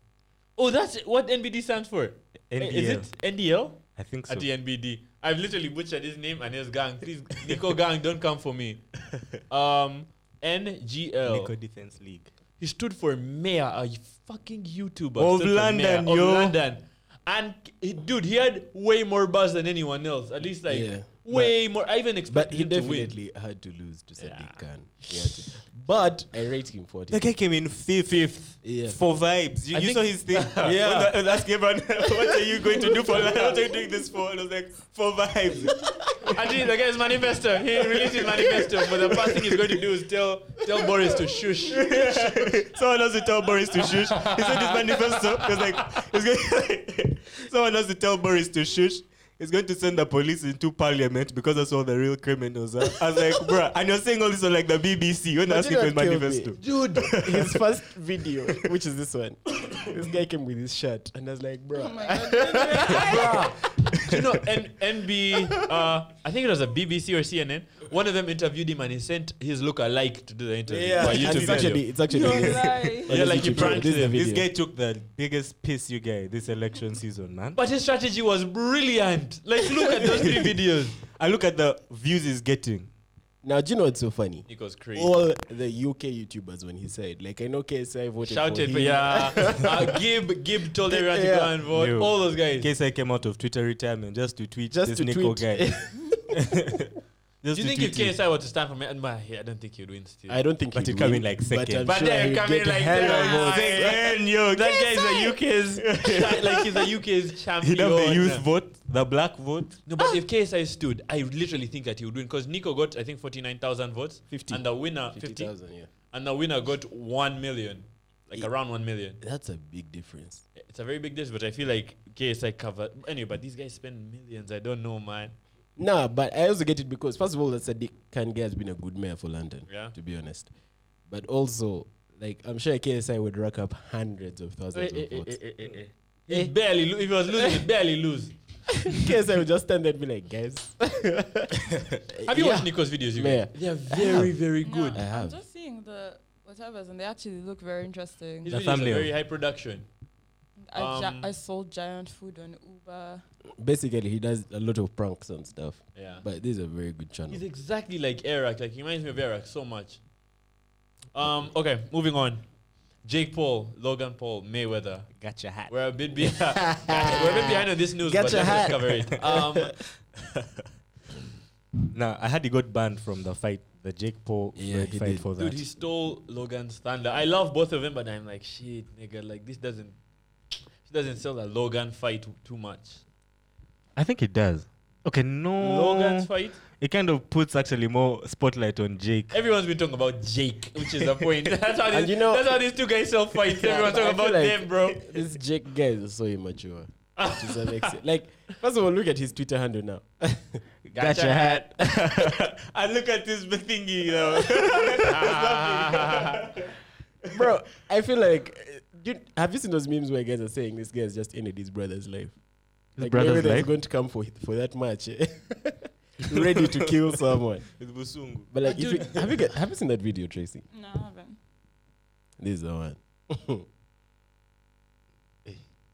Speaker 4: Oh, that's what NBD stands for. I- Is
Speaker 2: NDL.
Speaker 4: it NDL?
Speaker 2: I think so.
Speaker 4: At the NBD. I've literally butchered his name and his gang. Please, Nico gang, don't come for me. Um, NGL.
Speaker 2: Nico Defense League.
Speaker 4: He stood for mayor, a fucking YouTuber.
Speaker 2: Of
Speaker 4: stood for
Speaker 2: London,
Speaker 4: mayor
Speaker 2: yo.
Speaker 4: Of London. And he- dude, he had way more buzz than anyone else. At least like
Speaker 1: Yeah.
Speaker 4: way more. I even
Speaker 1: But
Speaker 4: expected
Speaker 1: he
Speaker 4: him to win.
Speaker 1: definitely had to lose to Sadiq Khan. He had to. But I rate him 40.
Speaker 2: The guy came in fifth. Fifth.
Speaker 1: Yeah.
Speaker 2: For vibes. You,
Speaker 4: I
Speaker 2: you
Speaker 4: think-
Speaker 2: saw his thing. yeah. When the, when asking everyone, what are you going to do for life? What are you doing this for? And I was like, for vibes.
Speaker 4: Actually, the guy's manifesto. He released his manifesto, but the first thing he's going to do is tell tell Boris to shush.
Speaker 2: Someone has to tell Boris to shush. He said his manifesto. He was like, he's going someone has to tell Boris to shush. He's going to send the police into parliament because that's all the real criminals are. I was like, bruh. And you're saying all this on like the BBC when they're
Speaker 1: But you
Speaker 2: asking for his
Speaker 1: know what
Speaker 2: manifesto.
Speaker 1: killed me? Dude, his first video, which
Speaker 4: Oh
Speaker 1: is this one, this guy came with his shirt and I was like, bro,
Speaker 3: Oh my god.
Speaker 4: you know, N- NB, uh, I think it was a BBC or CNN. One of them interviewed him and he sent his look-alike to do the interview.
Speaker 2: Yeah.
Speaker 4: for a
Speaker 2: And
Speaker 4: YouTube
Speaker 1: it's
Speaker 4: video.
Speaker 1: actually it's actually
Speaker 3: No
Speaker 1: this. But
Speaker 3: lie.
Speaker 4: Yeah,
Speaker 1: this
Speaker 4: like you
Speaker 1: YouTube video,
Speaker 4: pranked
Speaker 1: this is a
Speaker 4: him.
Speaker 2: This
Speaker 1: video.
Speaker 2: guy took the biggest piss you guy this election season, man.
Speaker 4: But his strategy was brilliant. Like, look at those three videos.
Speaker 2: I look at the views he's getting.
Speaker 1: Now do you know what's so funny?
Speaker 4: It was crazy.
Speaker 1: All the UK YouTubers when he said, like I know KSI voted
Speaker 4: Shouted,
Speaker 1: for
Speaker 4: but
Speaker 1: him.
Speaker 4: yeah. Uh, Gib, Gib told everyone to go
Speaker 1: Yeah.
Speaker 4: and vote.
Speaker 2: No.
Speaker 4: All those guys.
Speaker 2: In case I came out of Twitter retirement just to tweet
Speaker 1: Just
Speaker 2: this
Speaker 1: to
Speaker 2: Nico
Speaker 1: tweet.
Speaker 2: guy.
Speaker 4: Do you think if KSI were to stand for me, I don't think he'd win still.
Speaker 1: I don't think
Speaker 2: But
Speaker 1: he'd
Speaker 2: it come
Speaker 1: win,
Speaker 2: in like
Speaker 1: But,
Speaker 2: second.
Speaker 1: I'm
Speaker 4: But
Speaker 1: sure
Speaker 4: they're
Speaker 1: he'd
Speaker 4: coming
Speaker 1: get
Speaker 4: like
Speaker 1: hell
Speaker 4: that.
Speaker 1: of votes.
Speaker 2: yo,
Speaker 4: that guy's a UK's cha- like he's a UK's
Speaker 2: He
Speaker 4: champion.
Speaker 2: done the youth vote, the black vote.
Speaker 4: No, but if KSI stood, I literally think that he would win because Nico got I think forty nine thousand votes,
Speaker 1: 50.
Speaker 4: and the winner 50,
Speaker 1: 50,000, yeah.
Speaker 4: and the winner got one million, like
Speaker 1: Yeah.
Speaker 4: around one million.
Speaker 1: That's a big difference.
Speaker 4: It's a very big difference, but I feel like KSI covered anyway. But these guys spend millions. I don't know, man.
Speaker 1: Nah, but I also get it because first of all, that Sadiq Khan guy has been a good mayor for London.
Speaker 4: Yeah.
Speaker 1: To be honest, but also like I'm sure KSI would rack up hundreds of
Speaker 4: Eh,
Speaker 1: thousands of votes.
Speaker 4: He barely. Lo- if he was losing, he barely lose. eh.
Speaker 1: KSI would just stand there and be like, guys,
Speaker 4: Have you
Speaker 1: Yeah.
Speaker 4: watched Nico's videos? You
Speaker 1: Mayor.
Speaker 4: guys? They are very, very good.
Speaker 3: No,
Speaker 1: I
Speaker 3: I'm
Speaker 1: have.
Speaker 3: just seeing the whatever's, and they actually look very interesting.
Speaker 4: His
Speaker 2: The
Speaker 4: videos
Speaker 2: thumbnail.
Speaker 4: are very high production.
Speaker 3: I,
Speaker 4: Um,
Speaker 3: gi- I sold giant food on Uber.
Speaker 1: basically he does a lot of pranks and stuff.
Speaker 4: Yeah.
Speaker 1: But this is a very good channel.
Speaker 4: He's exactly like Eric. Like he reminds me of Eric so much. Um. Okay. Moving on. Jake Paul, Logan Paul, Mayweather.
Speaker 2: Got your hat.
Speaker 4: We're a bit behind. we're a bit behind on this news,
Speaker 1: Get
Speaker 4: but
Speaker 1: your
Speaker 4: let's
Speaker 1: hat.
Speaker 4: cover it. Um,
Speaker 2: Nah, I had he got banned from the fight, the Jake Paul
Speaker 1: Yeah,
Speaker 2: Floyd
Speaker 1: he
Speaker 2: fight
Speaker 1: did.
Speaker 2: for that.
Speaker 4: dude, he stole Logan's thunder. I love both of them, but I'm like, shit, nigga. Like this doesn't, this doesn't sell the Logan fight too much.
Speaker 2: I think it does. Okay, no.
Speaker 4: Logan's fight.
Speaker 2: It kind of puts actually more spotlight on Jake.
Speaker 4: Everyone's been talking about Jake, which is the point. That's how
Speaker 1: And
Speaker 4: these,
Speaker 1: you know-
Speaker 4: that's how these two guys sell fights.
Speaker 1: Yeah,
Speaker 4: Everyone's
Speaker 1: but
Speaker 4: talking
Speaker 1: I
Speaker 4: about
Speaker 1: feel like
Speaker 4: them, bro.
Speaker 1: this Jake guy is so immature. to some extent. Like, first of all, look at his Twitter handle now.
Speaker 2: Got your hat.
Speaker 4: I look at this thingy, you know.
Speaker 1: Bro, I feel like uh, dude, have you seen those memes where guys are saying this guy's just ended his brother's life?
Speaker 2: His
Speaker 1: like
Speaker 2: brother's
Speaker 1: maybe there's
Speaker 2: life?
Speaker 1: going to come for for that match, eh? ready to kill someone.
Speaker 2: It's Busungu.
Speaker 1: But like, if
Speaker 4: Dude.
Speaker 1: you, have you get, have you seen that video, Tracy?
Speaker 3: No, I haven't.
Speaker 1: This is the one.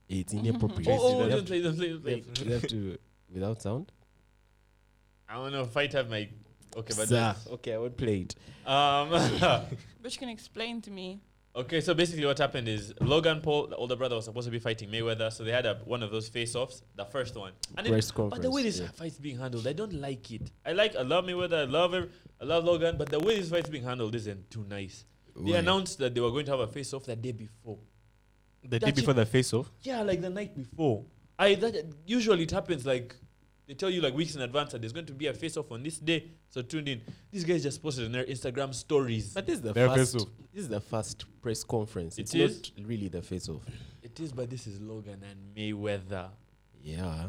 Speaker 1: it's inappropriate.
Speaker 4: oh, oh,
Speaker 1: we,
Speaker 4: don't
Speaker 1: have to,
Speaker 4: play, don't play, don't
Speaker 1: we,
Speaker 4: play.
Speaker 1: have, we have to without sound.
Speaker 4: I don't know if I have my. Okay, but
Speaker 1: Sir.
Speaker 4: that's-
Speaker 1: okay, I would play it.
Speaker 4: um,
Speaker 3: But you can explain to me.
Speaker 4: okay. So basically, what happened is Logan Paul, the older brother, was supposed to be fighting Mayweather, so they had a, one of those face-offs, the first one. And it,
Speaker 1: Press
Speaker 4: but the
Speaker 1: conference,
Speaker 4: way this
Speaker 1: yeah.
Speaker 4: fight's being handled, I don't like it. I like, I love Mayweather, I love, him, I love Logan, but the way this fight's being handled isn't too nice. They
Speaker 1: Why?
Speaker 4: announced that they were going to have a face-off the day before.
Speaker 2: The day
Speaker 4: That's it.
Speaker 2: before the face off.
Speaker 4: Yeah, like the night before. I that usually it happens like they tell you like weeks in advance that there's going to be a face off on this day, so tune in. These guys just posted on their Instagram stories.
Speaker 1: But this is the
Speaker 2: Their
Speaker 1: first.
Speaker 2: face-off.
Speaker 1: This is the first press conference.
Speaker 4: It
Speaker 1: It's
Speaker 4: is?
Speaker 1: not really the face off.
Speaker 4: it is, but this is Logan and Mayweather,
Speaker 1: Yeah.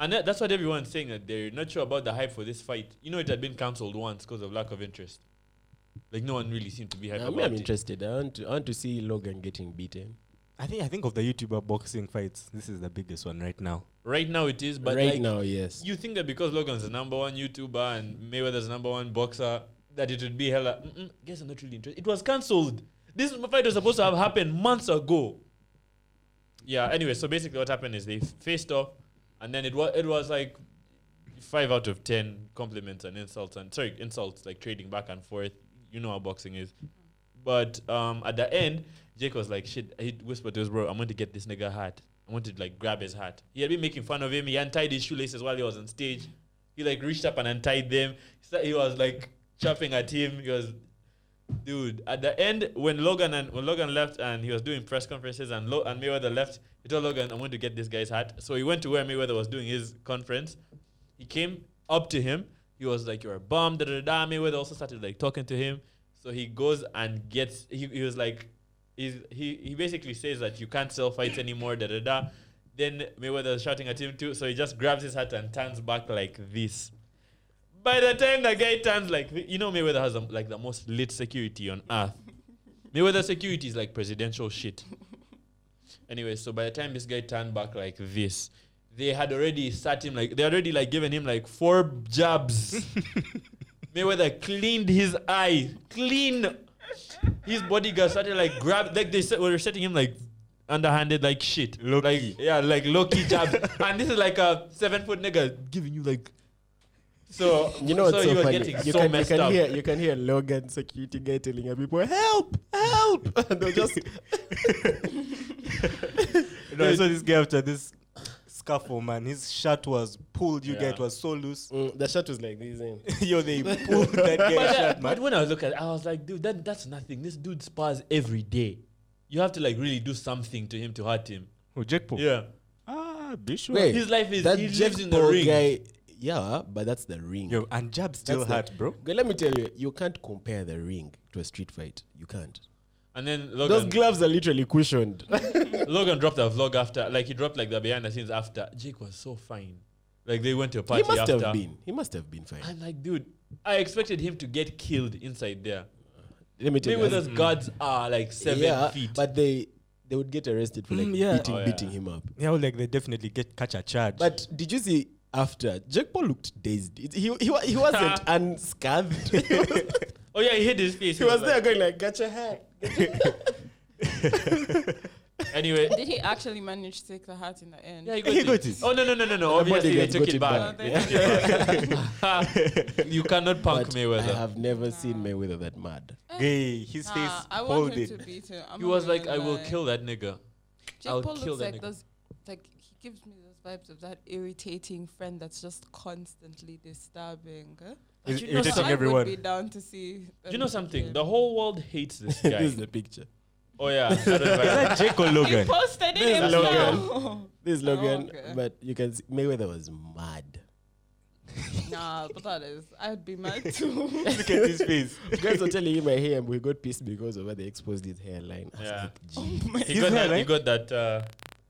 Speaker 4: and that, that's what everyone's saying that they're not sure about the hype for this fight. You know, it had been cancelled once because of lack of interest. Like no one really seemed to be hyped
Speaker 1: Now, me,
Speaker 4: about
Speaker 1: I'm
Speaker 4: it.
Speaker 1: interested. I want to I want to see Logan getting beaten.
Speaker 2: I think I think of the YouTuber boxing fights. This is the biggest one right now.
Speaker 4: Right now, it is, but
Speaker 1: right
Speaker 4: like,
Speaker 1: now, yes.
Speaker 4: you think that because Logan's the number one YouTuber and Mayweather's the number one boxer, that it would be hella. Mm-mm, guess I'm not really interested. It was cancelled. This fight was supposed to have happened months ago. Yeah. Anyway, so basically, what happened is they f- faced off, and then it was it was like five out of ten compliments and insults and sorry insults like trading back and forth. You know how boxing is. But um, at the end, Jake was like, "Shit!" He whispered to his bro, "I'm going to get this nigga hat. I want to like grab his hat." He had been making fun of him. He untied his shoelaces while he was on stage. He like reached up and untied them. So He was like chopping at him. He was, dude. At the end, when Logan and when Logan left and he was doing press conferences and Lo- and Mayweather left, he told Logan, "I'm going to get this guy's hat." So he went to where Mayweather was doing his conference. He came up to him. He was like, "You're a bum." Da da da. da." Mayweather also started like talking to him. So he goes and gets. He, he was like, he's, he he basically says that you can't sell fights anymore. Da da da. Then Mayweather's shouting at him too. So he just grabs his hat and turns back like this. By the time the guy turns like, thi- you know, Mayweather has um, like the most lit security on earth. Mayweather security is like presidential shit. Anyway, so by the time this guy turned back like this, they had already sat him like they already like given him like four jabs. Mayweather cleaned his eye, clean. His bodyguard started like grab like they said, were setting him like underhanded like shit.
Speaker 2: Low-key.
Speaker 4: Like yeah, like low key jabs. and this is like a seven foot nigga giving you like. So
Speaker 1: You know
Speaker 4: so
Speaker 1: what's
Speaker 4: you
Speaker 1: so
Speaker 4: were
Speaker 1: funny?
Speaker 4: getting
Speaker 1: you,
Speaker 4: so
Speaker 1: can, you
Speaker 4: messed
Speaker 1: can
Speaker 4: up.
Speaker 1: hear you can hear Logan security guy telling her people, "Help, help!" And they'll just
Speaker 2: No, I saw this guy after this scuffle, man. His shirt was pulled. You
Speaker 4: Yeah.
Speaker 2: get was so loose.
Speaker 1: Mm, the shirt was like this. eh?
Speaker 2: Yo, they pulled that
Speaker 4: But,
Speaker 2: guy's
Speaker 4: that-
Speaker 2: shirt,
Speaker 4: but
Speaker 2: man.
Speaker 4: when I look at it, I was like, dude, that, that's nothing. This dude spars every day. You have to like really do something to him to hurt him.
Speaker 2: Oh, Jack Paul.
Speaker 4: Yeah.
Speaker 2: Ah, Bishop.
Speaker 1: Wait,
Speaker 4: His life is
Speaker 1: that
Speaker 4: he
Speaker 1: Jack
Speaker 4: lives in the
Speaker 1: Paul
Speaker 4: ring.
Speaker 1: guy. Yeah, but that's the ring.
Speaker 2: Yo, and Jab still
Speaker 1: That's the-
Speaker 2: hurt, bro.
Speaker 1: Okay, let me tell you, you can't compare the ring to a street fight. You can't.
Speaker 4: And then
Speaker 1: Those
Speaker 4: Logan,
Speaker 1: gloves are literally cushioned.
Speaker 4: Logan dropped a vlog after, like he dropped like the behind the scenes after. Jake was so fine. Like they went to a
Speaker 1: he
Speaker 4: party
Speaker 1: must
Speaker 4: after.
Speaker 1: have been. He must have been fine.
Speaker 4: I'm like, dude, I expected him to get killed inside there.
Speaker 1: Let me tell you.
Speaker 4: Mayweather's guards are like seven
Speaker 1: yeah,
Speaker 4: feet.
Speaker 1: but they they would get arrested for like
Speaker 2: Mm, yeah.
Speaker 1: beating
Speaker 4: Oh, yeah.
Speaker 1: beating him up.
Speaker 2: Yeah, well, like they definitely get catch a charge.
Speaker 1: But did you see after Jake Paul looked dazed? It- He he, wa- he wasn't unscathed. he
Speaker 4: oh yeah, he hit his face.
Speaker 1: was there
Speaker 4: like-
Speaker 1: going like, "Got your hat."
Speaker 4: Anyway,
Speaker 3: Did he actually manage to take the heart in the end?
Speaker 4: Yeah, he
Speaker 2: got
Speaker 4: got,
Speaker 2: He it.
Speaker 4: it.
Speaker 2: got it.
Speaker 4: Oh no no no no no!
Speaker 1: The
Speaker 4: Obviously they
Speaker 1: bodyguard got
Speaker 4: took it
Speaker 1: it
Speaker 4: back.
Speaker 1: back.
Speaker 4: They took it back. you cannot punk
Speaker 1: But I
Speaker 4: Mayweather.
Speaker 1: have never seen
Speaker 3: Ah.
Speaker 1: Mayweather that mad.
Speaker 2: Hey, his face
Speaker 3: Nah, I want him
Speaker 2: folded.
Speaker 3: to beat him. I'm
Speaker 4: He
Speaker 3: not
Speaker 4: was
Speaker 3: gonna
Speaker 4: like, "I will
Speaker 3: lie.
Speaker 4: kill that nigga."
Speaker 3: Jake
Speaker 4: I'll
Speaker 3: Paul
Speaker 4: kill
Speaker 3: looks
Speaker 4: that
Speaker 3: like
Speaker 4: nigga.
Speaker 3: those, like he gives me those vibes of that irritating friend that's just constantly disturbing. eh?
Speaker 2: He's
Speaker 4: you know
Speaker 3: So
Speaker 2: irritating
Speaker 3: I would be
Speaker 2: everyone.
Speaker 3: down to see.
Speaker 4: Do you know
Speaker 3: them
Speaker 4: something?
Speaker 3: again.
Speaker 4: The whole world hates this
Speaker 1: this
Speaker 4: guy.
Speaker 1: is the picture.
Speaker 4: oh yeah, that was right.
Speaker 2: Is that Jake or
Speaker 3: He
Speaker 2: Logan?
Speaker 3: posted
Speaker 1: This
Speaker 3: it
Speaker 1: is
Speaker 3: himself.
Speaker 1: This is
Speaker 3: Oh,
Speaker 1: Logan,
Speaker 3: okay.
Speaker 1: but you can see Mayweather was mad.
Speaker 3: nah, but that is. I'd be mad too.
Speaker 2: Look at his face.
Speaker 1: Guys were telling him I hear him. We got pissed because of where they exposed his hairline. I was
Speaker 4: Yeah.
Speaker 1: like, "Gee."
Speaker 4: he
Speaker 2: His
Speaker 4: got that.
Speaker 2: hairline-
Speaker 4: He got that uh,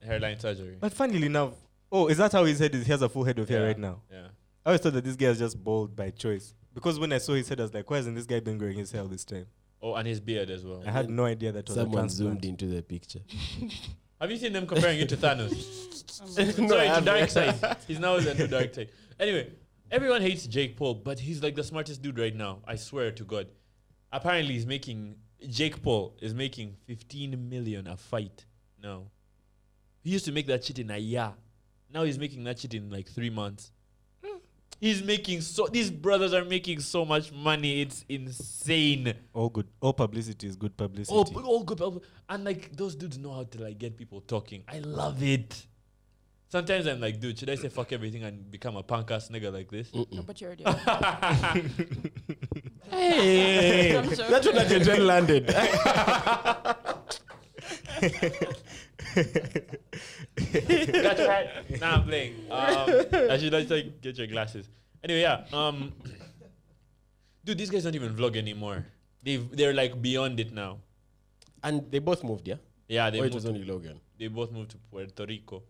Speaker 4: hairline surgery.
Speaker 2: But funnily enough, oh, is that how his head is? He has a full head of hair
Speaker 4: Yeah,
Speaker 2: right now.
Speaker 4: Yeah.
Speaker 2: I always thought that this guy is just bald by choice. Because when I saw his head, I was like, why hasn't this guy been growing his hair all this time?
Speaker 4: Oh, and his beard as well.
Speaker 2: I had no idea
Speaker 4: Oh,
Speaker 2: that was a
Speaker 1: Someone
Speaker 2: transplant.
Speaker 1: zoomed into the picture.
Speaker 4: Have you seen them comparing it to Thanos?
Speaker 1: No, I
Speaker 4: Sorry, to
Speaker 1: haven't.
Speaker 4: Dark Side. He's now the new Dark Side. Anyway, everyone hates Jake Paul, but he's like the smartest dude right now. I swear to God. Apparently, he's making Jake Paul is making 15 million a fight. No, he used to make that shit in a year. Now he's making that shit in like three months. He's making so. These brothers are making so much money. It's insane.
Speaker 2: All good. All publicity is good publicity.
Speaker 4: Oh, but all good. people. And like those dudes know how to like get people talking. I love it. Sometimes I'm like, dude, should I say fuck everything and become a punk ass nigga like this?
Speaker 3: no, but you already. are.
Speaker 4: Hey.
Speaker 3: I'm joking.
Speaker 1: That's when the gen landed.
Speaker 4: That's right. Nah, I'm playing. Um, I should just like get your glasses. Anyway, yeah. Um, dude, these guys don't even vlog anymore. They they're like beyond it now.
Speaker 1: and they both moved, yeah?
Speaker 4: Yeah, they
Speaker 1: or it
Speaker 4: moved,
Speaker 1: was only Logan. Mm,
Speaker 4: they both moved to Puerto Rico.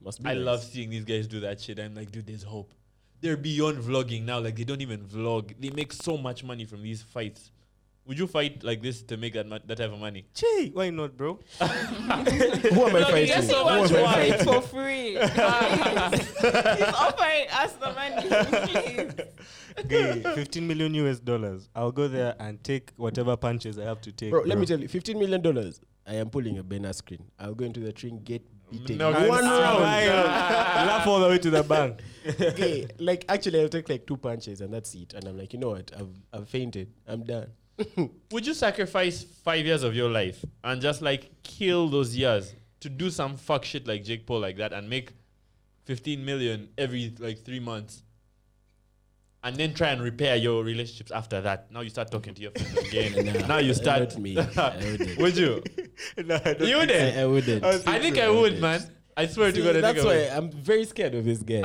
Speaker 1: Must be
Speaker 4: I
Speaker 1: nice.
Speaker 4: love seeing these guys do that shit. I'm like, dude, there's hope. They're beyond vlogging now. Like they don't even vlog. They make so much money from these fights. Would you fight like this to make that mu- that type of money?
Speaker 2: Che, why not, bro?
Speaker 1: Who am I
Speaker 4: No, you
Speaker 1: fighting?
Speaker 4: just
Speaker 3: Guess who
Speaker 4: so
Speaker 1: Who am I
Speaker 4: much
Speaker 3: wants
Speaker 4: wine.
Speaker 1: fighting?
Speaker 3: wine for free? Please. He's offering us the money. Please.
Speaker 2: Gay, 15 million US dollars. I'll go there and take whatever punches I have to take.
Speaker 1: Bro, let me tell you, $15 million. I am pulling a banner screen. I'll go into the train, get beaten.
Speaker 4: No,
Speaker 1: One
Speaker 4: it's-
Speaker 1: round.
Speaker 2: Laugh all the way to the bank.
Speaker 1: Okay, like, actually, I'll take like two punches and that's it. And I'm like, you know what? I've, I've fainted. I'm done.
Speaker 4: Would you sacrifice five years of your life and just like kill those years to do some fuck shit like Jake Paul like that and make 15 million every like three months? And then try and repair your relationships after that. Now you start talking to your friends again.
Speaker 1: Nah,
Speaker 4: now you start.
Speaker 1: Not me. I wouldn't.
Speaker 4: Would you?
Speaker 2: no, I don't.
Speaker 4: You
Speaker 1: I,
Speaker 4: did.
Speaker 1: I wouldn't.
Speaker 4: I think I would, man. I swear
Speaker 1: See,
Speaker 4: to God, I
Speaker 1: that's
Speaker 4: think I
Speaker 1: why
Speaker 4: would.
Speaker 1: I'm very scared of this guy.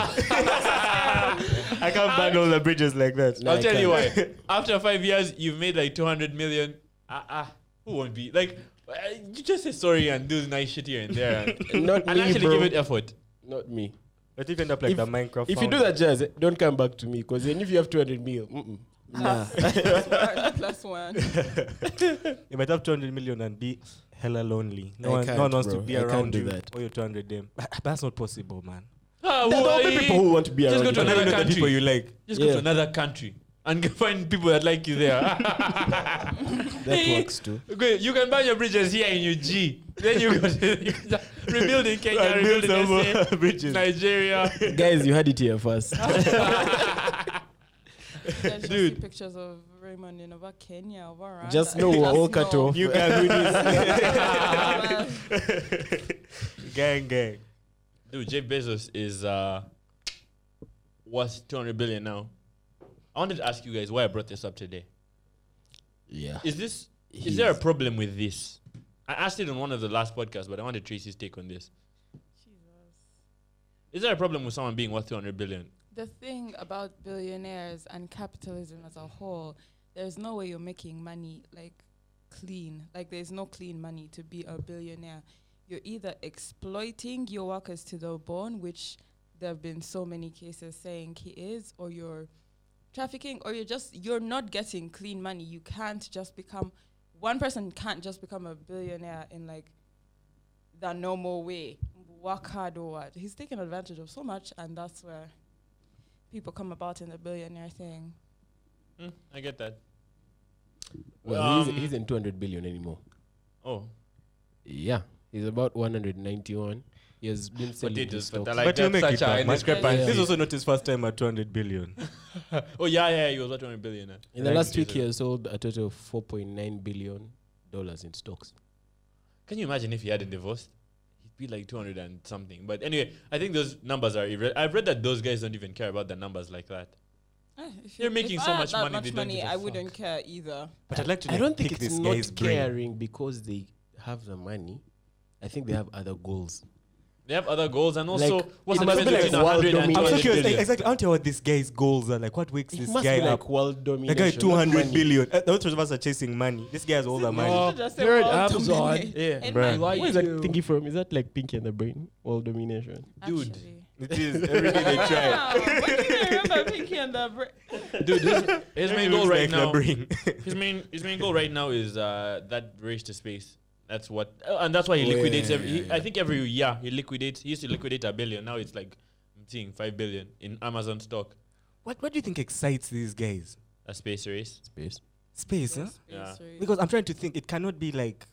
Speaker 2: I can't burn all the bridges like that.
Speaker 1: No,
Speaker 4: I'll
Speaker 1: I
Speaker 4: tell you
Speaker 1: can't.
Speaker 4: why. After five years, you've made like 200 million. Ah, ah. Who won't be? Like, uh, you just say sorry and do nice shit here and there. And,
Speaker 1: Not
Speaker 4: and
Speaker 1: me,
Speaker 4: actually
Speaker 1: bro.
Speaker 4: give it effort.
Speaker 1: Not me.
Speaker 2: But if you end up like
Speaker 1: If-
Speaker 2: the Minecraft.
Speaker 1: If you do
Speaker 2: founder.
Speaker 1: that, jazz, don't come back to me because then if you have 200 mil, mm-mm. nah.
Speaker 3: Plus one, plus one.
Speaker 2: you might have 200 million and be hella lonely. No
Speaker 1: I
Speaker 2: one, no
Speaker 1: can't,
Speaker 2: one wants to
Speaker 1: bro.
Speaker 2: be
Speaker 1: I can't
Speaker 2: around
Speaker 1: do
Speaker 2: you
Speaker 1: that.
Speaker 2: or your 200 them. But that's not possible, man.
Speaker 1: There are
Speaker 4: Hawaii.
Speaker 1: people who want to be
Speaker 4: Just
Speaker 1: around
Speaker 4: go
Speaker 1: you.
Speaker 4: to
Speaker 2: You
Speaker 4: another
Speaker 2: never know the
Speaker 4: country.
Speaker 2: people you like.
Speaker 4: Ah, Just go
Speaker 1: Yeah.
Speaker 4: to another country and go find people that like you there.
Speaker 1: That works too.
Speaker 4: Okay, you can burn your bridges here in UG. Then you go to you can rebuild in Kenya,
Speaker 2: And
Speaker 4: rebuild
Speaker 2: build
Speaker 4: in
Speaker 2: some
Speaker 4: SA,
Speaker 2: more bridges.
Speaker 4: Nigeria.
Speaker 1: Guys, you had it here first.
Speaker 3: There's just
Speaker 4: Dude.
Speaker 3: see pictures of Raymond in over Kenya, over Rwanda.
Speaker 1: Just know we're
Speaker 3: Just
Speaker 1: all cut
Speaker 3: know.
Speaker 1: off.
Speaker 2: You can do
Speaker 3: Ah,
Speaker 2: this.
Speaker 3: man.
Speaker 2: gang, gang.
Speaker 4: Dude, Jeff Bezos is uh worth 200 billion now. I wanted to ask you guys why I brought this up today.
Speaker 1: Yeah.
Speaker 4: Is this is
Speaker 1: He's-
Speaker 4: there a problem with this? I asked it on one of the last podcasts, but I wanted Tracy's take on this. Is there a problem with someone being worth 200 billion?
Speaker 3: the thing about billionaires and capitalism as a whole, there's no way you're making money like clean. Like there's no clean money to be a billionaire. You're either exploiting your workers to the bone, which there have been so many cases saying he is, or you're trafficking, or you're just you're not getting clean money. You can't just become one person can't just become a billionaire in like the normal way. Work hard or what? He's taken advantage of so much, and that's where people come about in the billionaire thing.
Speaker 4: Hmm, I get that.
Speaker 1: Well,
Speaker 4: Um,
Speaker 1: he's, he's in 200 billion anymore.
Speaker 4: Oh,
Speaker 1: Yeah. He's about 191. He has been selling his
Speaker 4: potatoes, but I
Speaker 1: stocks.
Speaker 4: like
Speaker 2: but you
Speaker 4: that's
Speaker 2: make
Speaker 4: such
Speaker 2: it
Speaker 4: a
Speaker 2: back, man.
Speaker 4: discrepancy.
Speaker 1: Yeah.
Speaker 2: This is also not his first time at 200 billion.
Speaker 4: Oh yeah, yeah, he was worth 200 billion. eh?
Speaker 1: In the
Speaker 4: Thank
Speaker 1: last
Speaker 4: you,
Speaker 1: week, he
Speaker 4: Jesus.
Speaker 1: has sold a total of 4.9 billion dollars in stocks.
Speaker 4: Can you imagine if he hadn't divorced? He'd be like 200 and something. But anyway, I think those numbers are irre- I've read that those guys don't even care about the numbers like that.
Speaker 3: Eh, if
Speaker 4: They're making
Speaker 3: I
Speaker 4: so
Speaker 3: had
Speaker 4: much
Speaker 3: that
Speaker 4: money, they don't give a
Speaker 3: I
Speaker 4: fuck.
Speaker 3: wouldn't care either.
Speaker 2: But I'd like to
Speaker 1: I don't think
Speaker 2: pick
Speaker 1: it's
Speaker 2: this
Speaker 1: not
Speaker 2: guy's brain.
Speaker 1: caring because they have the money. I think they have other goals.
Speaker 4: They have other goals and also
Speaker 1: Like,
Speaker 4: what's the
Speaker 1: it must be like
Speaker 4: difference between
Speaker 1: world
Speaker 4: 100 and
Speaker 1: domination.
Speaker 2: I'm so
Speaker 4: 200
Speaker 2: curious. Like,
Speaker 4: billion?
Speaker 2: exactly, I don't know what this guy's goals are. Like, what wakes
Speaker 1: It
Speaker 2: this
Speaker 1: must
Speaker 2: guy
Speaker 1: be like
Speaker 2: up?
Speaker 1: world
Speaker 2: The
Speaker 1: domination.
Speaker 2: guy,
Speaker 1: not
Speaker 2: 200
Speaker 1: money.
Speaker 2: billion. Uh, those of us are chasing money. This guy has all the money.
Speaker 1: Oh,
Speaker 3: Just say
Speaker 1: Jared
Speaker 3: world
Speaker 1: Abzon.
Speaker 3: dominate.
Speaker 1: Yeah.
Speaker 3: In
Speaker 2: Bruh.
Speaker 1: Where
Speaker 3: my
Speaker 1: is
Speaker 3: view,
Speaker 1: that thinking from? Is that like Pinky and the Brain? World domination.
Speaker 4: Dude.
Speaker 3: actually.
Speaker 2: It is. Every day they try.
Speaker 3: Wow, why do you remember Pinky and the Bra-
Speaker 4: Dude, his, his main goal right now.
Speaker 2: Bring.
Speaker 4: His main his main goal right now is uh, that race to space. That's what, uh, and that's why he
Speaker 1: Oh, yeah,
Speaker 4: liquidates.
Speaker 1: yeah,
Speaker 4: every,
Speaker 1: yeah,
Speaker 4: he-
Speaker 1: yeah.
Speaker 4: I think every year he liquidates. He used to liquidate a billion. Now it's like I'm seeing five billion in Amazon stock.
Speaker 2: What, what do you think excites these guys?
Speaker 4: A space race.
Speaker 1: Space.
Speaker 2: Space, huh?
Speaker 4: Yeah.
Speaker 3: Sorry.
Speaker 2: Because I'm trying to think. It cannot be like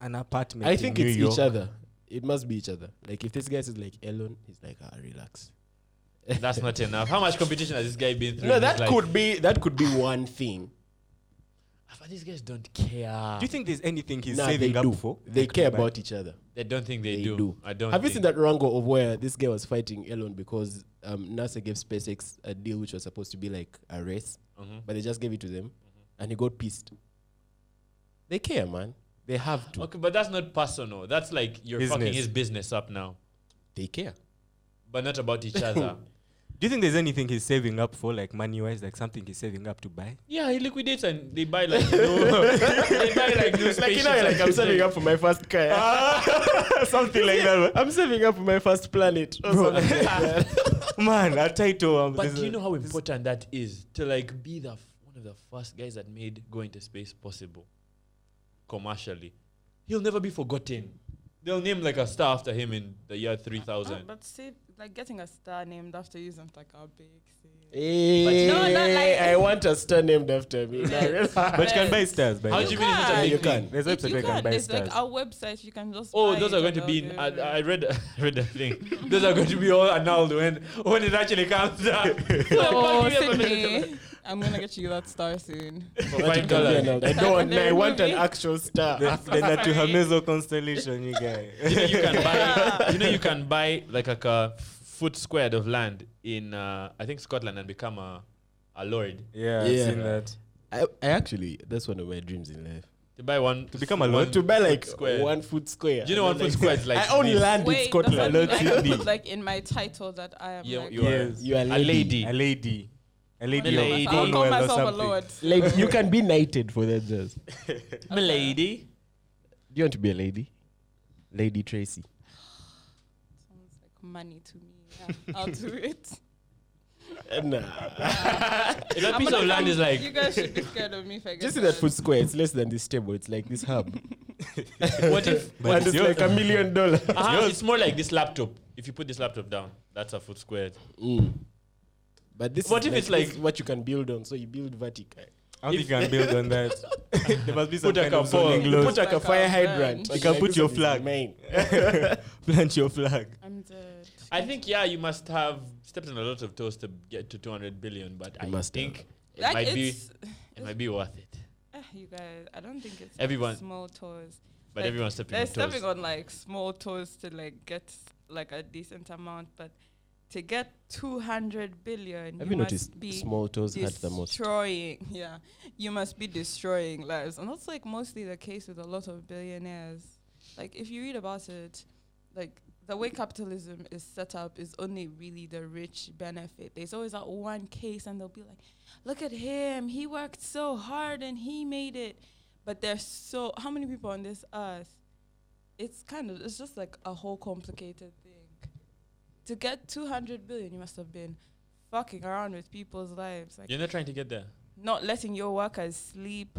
Speaker 2: an apartment.
Speaker 1: I
Speaker 2: in
Speaker 1: think
Speaker 2: New
Speaker 1: it's
Speaker 2: York.
Speaker 1: each other. It must be each other. Like if this guy is like Elon, he's like, ah, relax.
Speaker 4: That's not enough. How much competition has this guy been through?
Speaker 1: No,
Speaker 4: in his
Speaker 1: that
Speaker 4: life?
Speaker 1: could be that could be one thing.
Speaker 4: Ah, But these guys don't care.
Speaker 2: Do you think there's anything he's
Speaker 1: Nah,
Speaker 2: saving
Speaker 1: they
Speaker 2: up
Speaker 1: do.
Speaker 2: for?
Speaker 1: They
Speaker 2: Like,
Speaker 1: care
Speaker 2: but-
Speaker 1: about each other.
Speaker 4: They don't think they,
Speaker 1: They
Speaker 4: do.
Speaker 1: do.
Speaker 4: I don't.
Speaker 1: Have you
Speaker 4: think-
Speaker 1: seen that wrangle of where this guy was fighting Elon because um, NASA gave SpaceX a deal which was supposed to be like a race,
Speaker 4: Mhm.
Speaker 1: but they just gave it to them, and he got pissed. They care, man. They have to.
Speaker 4: Okay, but that's not personal. That's like you're fucking
Speaker 2: Business.
Speaker 4: his business up now,
Speaker 1: They care.
Speaker 4: but not about each other.
Speaker 2: Do you think there's anything he's saving up for, like money wise, like something he's saving up to buy?
Speaker 4: yeah, he liquidates and they buy like no, they buy like new
Speaker 1: Like you
Speaker 4: spaceships.
Speaker 1: know, like I'm
Speaker 4: and
Speaker 1: saving
Speaker 4: shit.
Speaker 1: up for my first car.
Speaker 2: something like that.
Speaker 1: I'm saving up for my first planet. or
Speaker 2: Bro.
Speaker 1: something like that.
Speaker 2: Man, a title. Um,
Speaker 4: But
Speaker 2: this
Speaker 4: do you
Speaker 2: is-
Speaker 4: know
Speaker 1: uh,
Speaker 4: how important that is to like be the f- one of the first guys that made going to space possible commercially? He'll never be forgotten. They'll name like a star after him in the year three
Speaker 3: Oh,
Speaker 4: thousand.
Speaker 3: but see, like getting a star named after you isn't like a big thing.
Speaker 1: Hey,
Speaker 3: No, not like-
Speaker 1: I want a star named after me.
Speaker 2: But you can buy stars, by
Speaker 4: How
Speaker 2: the
Speaker 4: do Uh, you
Speaker 2: way.
Speaker 4: mean it's not a
Speaker 3: can.
Speaker 4: big
Speaker 1: You
Speaker 4: thing?
Speaker 1: can.
Speaker 2: There's
Speaker 3: If
Speaker 2: website
Speaker 3: you
Speaker 2: where you can
Speaker 3: can,
Speaker 2: buy
Speaker 3: there's like
Speaker 2: stars.
Speaker 3: our website. You can just.
Speaker 4: Oh,
Speaker 3: buy
Speaker 4: those
Speaker 3: it
Speaker 4: are going
Speaker 3: and
Speaker 4: to be.
Speaker 3: they'll
Speaker 4: In,
Speaker 3: do
Speaker 4: I,
Speaker 3: it.
Speaker 4: I read. I read that thing. Those are going to be all annulled when when it actually comes down.
Speaker 3: Oh, Sydney, I'm gonna get you that star soon.
Speaker 4: For five dollars.
Speaker 1: I don't want. I want an
Speaker 3: Movie.
Speaker 1: actual star.
Speaker 2: The, the Natuhamizo constellation, you guy.
Speaker 4: You know you can buy. You know you can buy like a, ca- foot squared of land in uh, I think Scotland and become a a lord.
Speaker 2: yeah, I've
Speaker 1: Yeah.
Speaker 2: seen that.
Speaker 1: I, I actually, that's one of my dreams in life.
Speaker 4: To buy one Uh, to
Speaker 2: become a lord?
Speaker 1: To buy like
Speaker 4: square.
Speaker 1: one foot square.
Speaker 4: Do you know
Speaker 1: And
Speaker 4: one foot
Speaker 1: like-
Speaker 4: square is like
Speaker 1: I own
Speaker 4: this.
Speaker 1: land in
Speaker 3: Wait, that's
Speaker 1: Scotland.
Speaker 3: what I
Speaker 2: Hello,
Speaker 3: can
Speaker 2: Sydney.
Speaker 3: put like in my title that I am.
Speaker 4: You,
Speaker 3: like,
Speaker 4: you, are,
Speaker 2: Yes.
Speaker 1: You are
Speaker 4: a lady.
Speaker 2: A lady. A
Speaker 3: I'll
Speaker 2: lady.
Speaker 3: call
Speaker 2: of
Speaker 3: myself- I'll
Speaker 4: lady.
Speaker 2: Cornwall
Speaker 3: call
Speaker 2: or
Speaker 3: myself a
Speaker 2: something.
Speaker 3: lord.
Speaker 1: Like you can be knighted for that just. Do
Speaker 4: A lady.
Speaker 1: you want to be a lady? Lady Tracy.
Speaker 3: Sounds like money to me. Yeah, I'll do it.
Speaker 4: Uh,
Speaker 1: Nah.
Speaker 4: If that
Speaker 3: I'm
Speaker 4: piece
Speaker 3: gonna
Speaker 4: of land
Speaker 3: come-
Speaker 4: is like
Speaker 3: You guys should be scared of me if I get
Speaker 1: Just see that foot square. It's less than this table. It's like this hub.
Speaker 4: what if
Speaker 1: and it's like a million dollars.
Speaker 4: uh-huh, uh it's more like this laptop. If you put this laptop down, That's a foot squared.
Speaker 1: But this
Speaker 4: What
Speaker 1: is
Speaker 4: if it's
Speaker 1: this
Speaker 4: like-
Speaker 1: is what you can build on? So you build vertical.
Speaker 2: I don't think you can build on that. there must be some
Speaker 4: Put like
Speaker 2: kind
Speaker 4: a
Speaker 2: of zoning
Speaker 4: ball.
Speaker 2: laws.
Speaker 1: Put like a
Speaker 3: Like a
Speaker 1: fire
Speaker 3: flag.
Speaker 1: hydrant.
Speaker 2: You can
Speaker 1: Like
Speaker 2: put
Speaker 1: this
Speaker 2: your
Speaker 1: one is
Speaker 2: flag.
Speaker 1: mine.
Speaker 2: Plant your flag.
Speaker 3: I'm dead.
Speaker 4: I think yeah, you must have stepped on a lot of toes to get to 200 billion, but I
Speaker 1: must
Speaker 4: think
Speaker 1: have.
Speaker 4: it
Speaker 3: Like
Speaker 4: might be
Speaker 3: it's-
Speaker 4: it might be worth it.
Speaker 3: eh, you guys, I don't think it's
Speaker 4: Everyone-
Speaker 3: like small toes.
Speaker 4: But
Speaker 3: Like,
Speaker 4: everyone's stepping
Speaker 3: They're
Speaker 4: on toes.
Speaker 3: stepping on like small toes to like get like a decent amount, but to get 200 billion,
Speaker 1: Have you
Speaker 3: you must
Speaker 1: noticed
Speaker 3: be
Speaker 1: small toes had the most?
Speaker 3: destroying. Yeah, you must be destroying lives, and that's like mostly the case with a lot of billionaires. Like if you read about it, like the way capitalism is set up is only really the rich benefit. There's always that one case, and they'll be like, "Look at him! He worked so hard and he made it." But there's so how many people on this earth? It's kind of it's just like a whole complicated thing. To get 200 billion, you must have been fucking around with people's lives. Like,
Speaker 4: You're not trying to get there.
Speaker 3: not letting your workers sleep,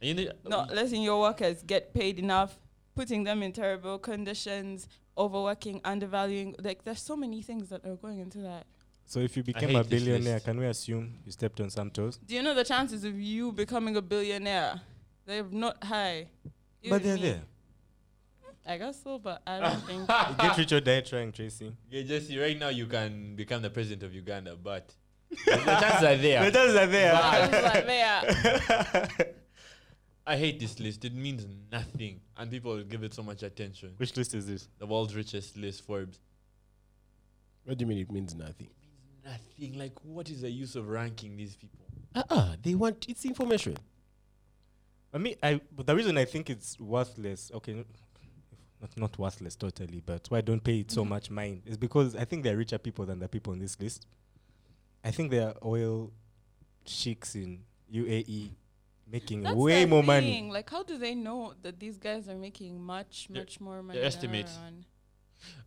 Speaker 4: You need-
Speaker 3: not letting your workers get paid enough, putting them in terrible conditions, overworking, undervaluing. Like there's so many things that are going into that.
Speaker 2: So if you became
Speaker 4: hate
Speaker 2: a
Speaker 4: this
Speaker 2: billionaire,
Speaker 4: list.
Speaker 2: can we assume you stepped on some toes?
Speaker 3: Do you know the chances of you becoming a billionaire? They're not high. Even me. I guess so, but I don't think.
Speaker 2: Get rich or die trying, Tracy.
Speaker 4: Yeah, Jesse, right now you can become the president of Uganda, but the chances are there.
Speaker 2: The chances are there.
Speaker 3: I was like, uh, "Yeah."
Speaker 4: I hate this list. It means nothing. And people give it so much attention.
Speaker 2: Which list is this?
Speaker 4: The world's richest list, Forbes.
Speaker 1: What do you mean it means nothing?
Speaker 4: Nothing. Like, what is the use of ranking these people?
Speaker 1: Ah, uh-uh, they want it's information.
Speaker 2: I mean, I but the reason I think it's worthless, okay, n- not not worthless totally, but why I don't pay it
Speaker 3: Mm-hmm.
Speaker 2: so much mind is because I think there are richer people than the people on this list. I think there are oil sheiks in UAE making
Speaker 3: That's
Speaker 2: way
Speaker 3: the
Speaker 2: more
Speaker 3: thing,
Speaker 2: money.
Speaker 3: Like, how do they know that these guys are making much,
Speaker 4: Their-
Speaker 3: much more money?
Speaker 4: their
Speaker 3: than
Speaker 4: estimates.
Speaker 3: everyone?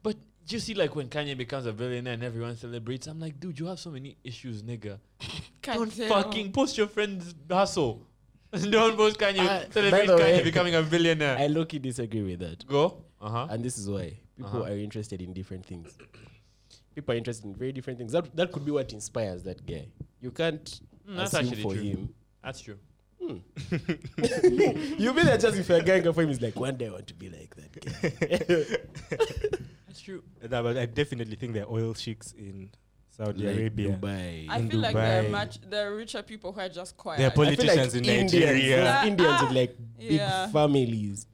Speaker 4: But you see, like, when Kanye becomes a billionaire and everyone celebrates, I'm like, dude, you have so many issues, nigga. Don't
Speaker 3: Can't tell.
Speaker 4: fucking post your friend's hustle. Don't post Kanye.
Speaker 1: Uh, by
Speaker 4: celebrate
Speaker 1: the
Speaker 4: Kanye
Speaker 1: way-
Speaker 4: becoming a billionaire.
Speaker 1: I low key disagree with that.
Speaker 4: Go. Uh huh.
Speaker 1: And this is why people
Speaker 4: Uh-huh.
Speaker 1: are interested in different things. People are interested in very different things. That that could be what inspires that guy. You can't
Speaker 4: Mm, that's
Speaker 1: assume
Speaker 4: actually
Speaker 1: for
Speaker 4: true.
Speaker 1: him.
Speaker 4: That's true.
Speaker 1: You'll be there just if you're going for him. He's like, one day I want to be like that guy.
Speaker 4: That's true.
Speaker 2: Nah, but I definitely think there are oil sheiks in Saudi
Speaker 1: Like
Speaker 2: Arabia.
Speaker 1: Dubai.
Speaker 3: I
Speaker 2: in
Speaker 3: feel like there are
Speaker 2: Dubai.
Speaker 3: much there are richer people who are just quiet.
Speaker 2: There are
Speaker 1: I feel like
Speaker 2: politicians in
Speaker 1: Indians,
Speaker 2: Nigeria.
Speaker 1: those Indians with like
Speaker 3: Ah, Yeah.
Speaker 1: big families.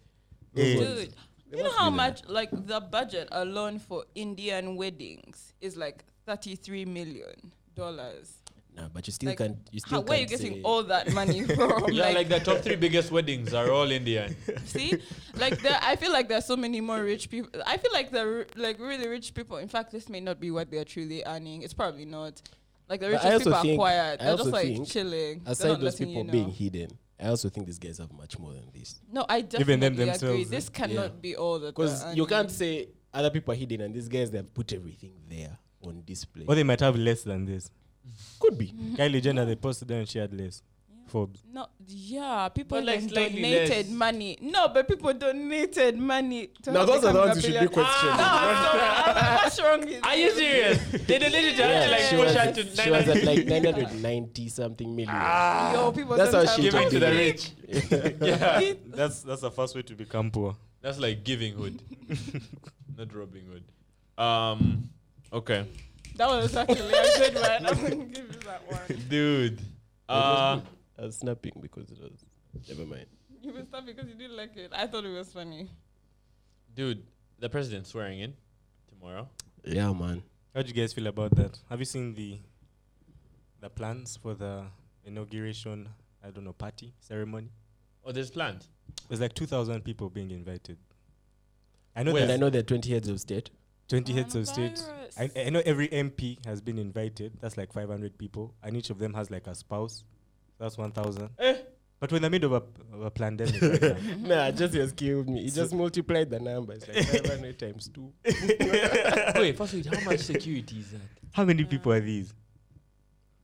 Speaker 1: Those
Speaker 2: Yeah.
Speaker 1: ones.
Speaker 3: Dude, you know how much like the budget alone for Indian weddings is like thirty-three million dollars.
Speaker 1: Nah, but you still
Speaker 3: Like,
Speaker 1: can't. You
Speaker 3: How
Speaker 1: still
Speaker 3: where are you
Speaker 1: can't
Speaker 3: getting
Speaker 1: say-
Speaker 3: all that money from?
Speaker 4: Yeah, like, the top three biggest weddings are all Indian.
Speaker 3: See, like there, I feel like there's so many more rich people. I feel like the r- like really rich people. In fact, this may not be what they're truly earning. It's probably not. Like the
Speaker 1: But I
Speaker 3: richest
Speaker 1: also
Speaker 3: people are
Speaker 1: think-
Speaker 3: quiet.
Speaker 1: I
Speaker 3: They're
Speaker 1: also
Speaker 3: just like
Speaker 1: think,
Speaker 3: chilling. They're
Speaker 1: Aside
Speaker 3: not
Speaker 1: those
Speaker 3: letting
Speaker 1: people
Speaker 3: you know.
Speaker 1: being hidden, I also think these guys have much more than this.
Speaker 3: No, I definitely
Speaker 2: Even them
Speaker 3: agree.
Speaker 2: themselves, eh?
Speaker 3: This cannot be all that.
Speaker 1: Because
Speaker 3: they're
Speaker 1: you can't
Speaker 3: earning.
Speaker 1: say other people are hidden and these guys they have put everything there on display.
Speaker 2: Or they might have less than this.
Speaker 1: could be.
Speaker 2: Kylie Jenner, they posted and she had less. Forbes.
Speaker 3: No, yeah, people
Speaker 4: like
Speaker 3: like
Speaker 4: slightly
Speaker 3: donated
Speaker 4: less.
Speaker 3: money. No, but people donated money. To Ah,
Speaker 1: Now
Speaker 3: have
Speaker 1: those are the
Speaker 3: become
Speaker 1: ones you should be
Speaker 3: Gabriella.
Speaker 1: questioning.
Speaker 3: No, I'm sorry. I'm- What's wrong? with
Speaker 4: Are you serious? They deleted her
Speaker 1: Yeah,
Speaker 4: to like
Speaker 1: she,
Speaker 4: push
Speaker 1: was,
Speaker 4: her to
Speaker 1: she was at
Speaker 4: 900.
Speaker 1: like 990 something million.
Speaker 3: Yo, people
Speaker 1: That's how
Speaker 3: sometimes
Speaker 1: she
Speaker 4: Give it to the
Speaker 1: Yeah.
Speaker 4: rich.
Speaker 2: Yeah,
Speaker 4: yeah.
Speaker 2: that's that's the first way to become poor.
Speaker 4: That's like giving hood, not robbing hood. Um, okay,
Speaker 3: That was actually a good one. I'm gonna give you that one.
Speaker 4: dude. Uh,
Speaker 1: I was snapping because it was. Never mind.
Speaker 3: You must stop because you didn't like it. I thought it was funny.
Speaker 4: dude, the president's swearing in tomorrow.
Speaker 1: Yeah, man.
Speaker 2: How do you guys feel about that? Have you seen the the plans for the inauguration? I don't know party ceremony.
Speaker 4: Oh, there's plans.
Speaker 2: There's like two thousand people being invited. I know
Speaker 1: And I
Speaker 2: there's
Speaker 1: know there are 20 heads of state.
Speaker 2: twenty heads of state. I,
Speaker 3: Coronavirus.
Speaker 2: I know every MP has been invited. That's like five hundred people, and each of them has like a spouse. That's one thousand. But we're in the middle of a, of a pandemic. right now.
Speaker 1: nah, just has killed me. He just multiplied the numbers like 500 times two.
Speaker 4: Wait, first wait, how much security is that?
Speaker 2: How many people are these?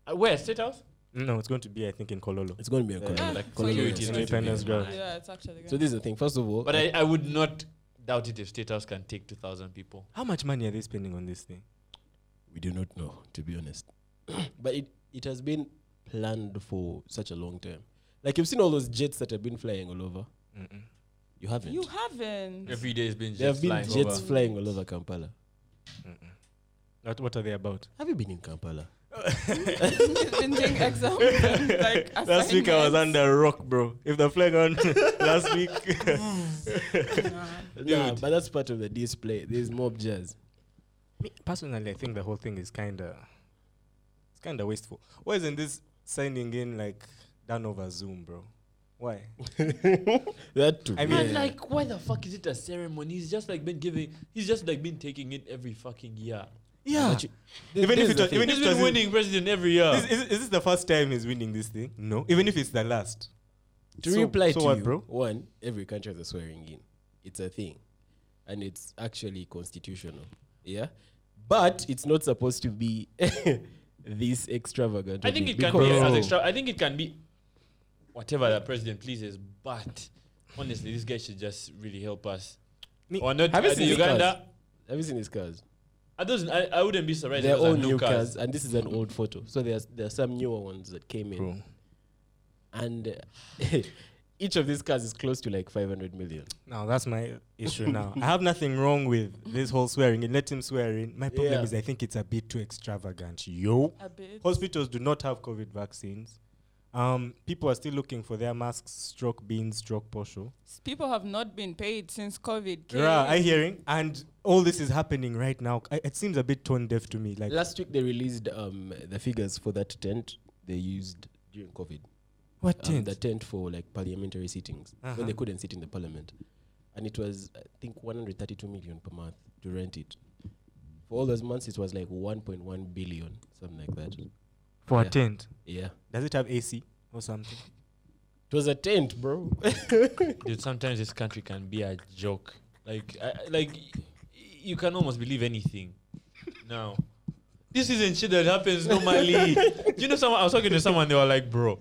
Speaker 4: Uh, where State House?
Speaker 2: No, it's going to be I think in Kololo.
Speaker 1: It's going to be a
Speaker 4: Yeah,
Speaker 1: colony.
Speaker 4: like
Speaker 1: Colony
Speaker 4: security
Speaker 1: is going
Speaker 4: is going
Speaker 1: to
Speaker 4: to be
Speaker 2: Independence Girl.
Speaker 4: mad.
Speaker 3: Yeah, it's actually good.
Speaker 1: Ah, So this is the thing. First of all,
Speaker 4: But I, I would not doubt it if State House can take two thousand people.
Speaker 2: How much money are they spending on this thing?
Speaker 1: We do not know, to be honest. but it, it has been planned for such a long time. Like you've seen all those jets that have been flying all over. You haven't.
Speaker 3: You haven't.
Speaker 4: Every day has been
Speaker 1: there
Speaker 4: jets
Speaker 1: have been
Speaker 4: flying
Speaker 1: jets
Speaker 4: over.
Speaker 1: flying all over Kampala.
Speaker 2: What, what are they about?
Speaker 1: Have you been in Kampala?
Speaker 3: You've been doing exams. and, like
Speaker 2: Last week I was
Speaker 3: assignments.
Speaker 2: under a rock, bro. If the flag on last week,
Speaker 1: Nah, but that's part of the display. There's mob jazz.
Speaker 2: Me, personally, I think the whole thing is kind of it's kind of wasteful. Why isn't this signing in like done over Zoom, bro? Why?
Speaker 1: That too.
Speaker 2: I mean-
Speaker 4: And like, why the fuck is it a ceremony? He's just like been giving. He's just like been taking it every fucking year.
Speaker 2: Yeah.
Speaker 1: But you-
Speaker 2: Even
Speaker 1: this
Speaker 2: if
Speaker 1: is
Speaker 2: it
Speaker 1: the
Speaker 2: was-
Speaker 1: thing.
Speaker 2: even
Speaker 4: He's
Speaker 2: if it
Speaker 4: been
Speaker 2: was-
Speaker 4: winning president every year.
Speaker 2: Is, is, is this the first time he's winning this thing? No. Even if it's the last.
Speaker 1: to
Speaker 2: So-
Speaker 1: reply
Speaker 2: so
Speaker 1: to
Speaker 2: what,
Speaker 1: you,
Speaker 2: bro?
Speaker 1: one, every country has a swearing in. It's a thing, and it's actually constitutional. Yeah, but it's not supposed to be this extravagant.
Speaker 4: I
Speaker 1: of
Speaker 4: think
Speaker 1: it
Speaker 4: it can be
Speaker 1: because-
Speaker 4: as extra. I think it can be whatever the president pleases. But honestly, this guy should just really help us.
Speaker 2: Me-
Speaker 4: or not?
Speaker 1: Have you
Speaker 4: either
Speaker 1: seen his
Speaker 4: Uganda?
Speaker 1: cars? Have you seen his cars?
Speaker 4: I, doesn't, I, I wouldn't be surprised.
Speaker 1: They're
Speaker 4: if those
Speaker 1: all
Speaker 4: are
Speaker 1: new cars, and this is an old photo. So there's there are some newer ones that came in, and uh, each of these cars is close to like 500 million.
Speaker 2: Now that's my issue. Now I have nothing wrong with this whole swearing. in. Let him swear in. My problem
Speaker 1: Yeah.
Speaker 2: is I think it's a bit too extravagant. Yo.
Speaker 3: A bit.
Speaker 2: Hospitals do not have COVID vaccines. Um, people are still looking for their masks, stroke beans, stroke posho.
Speaker 3: S- People have not been paid since COVID. came.
Speaker 2: Ra, I hearing, and all this is happening right now. I, it seems a bit tone deaf to me. Like
Speaker 1: Last week they released um, the figures for that tent they used during COVID.
Speaker 2: what
Speaker 1: um,
Speaker 2: tent?
Speaker 1: the tent for like parliamentary sittings
Speaker 2: Uh-huh.
Speaker 1: when they couldn't sit in the parliament, and it was I think 132 million per month to rent it. For all those months, it was like 1.1 billion, something like that.
Speaker 2: for
Speaker 1: yeah.
Speaker 2: a tent?
Speaker 1: Yeah,
Speaker 2: Does it have AC or something?
Speaker 1: it was a tent, bro.
Speaker 4: Dude, sometimes this country can be a joke. Like, I, I- like y- you can almost believe anything. Now, this isn't shit that happens normally. you know, someone I was talking to someone. They were like, "Bro,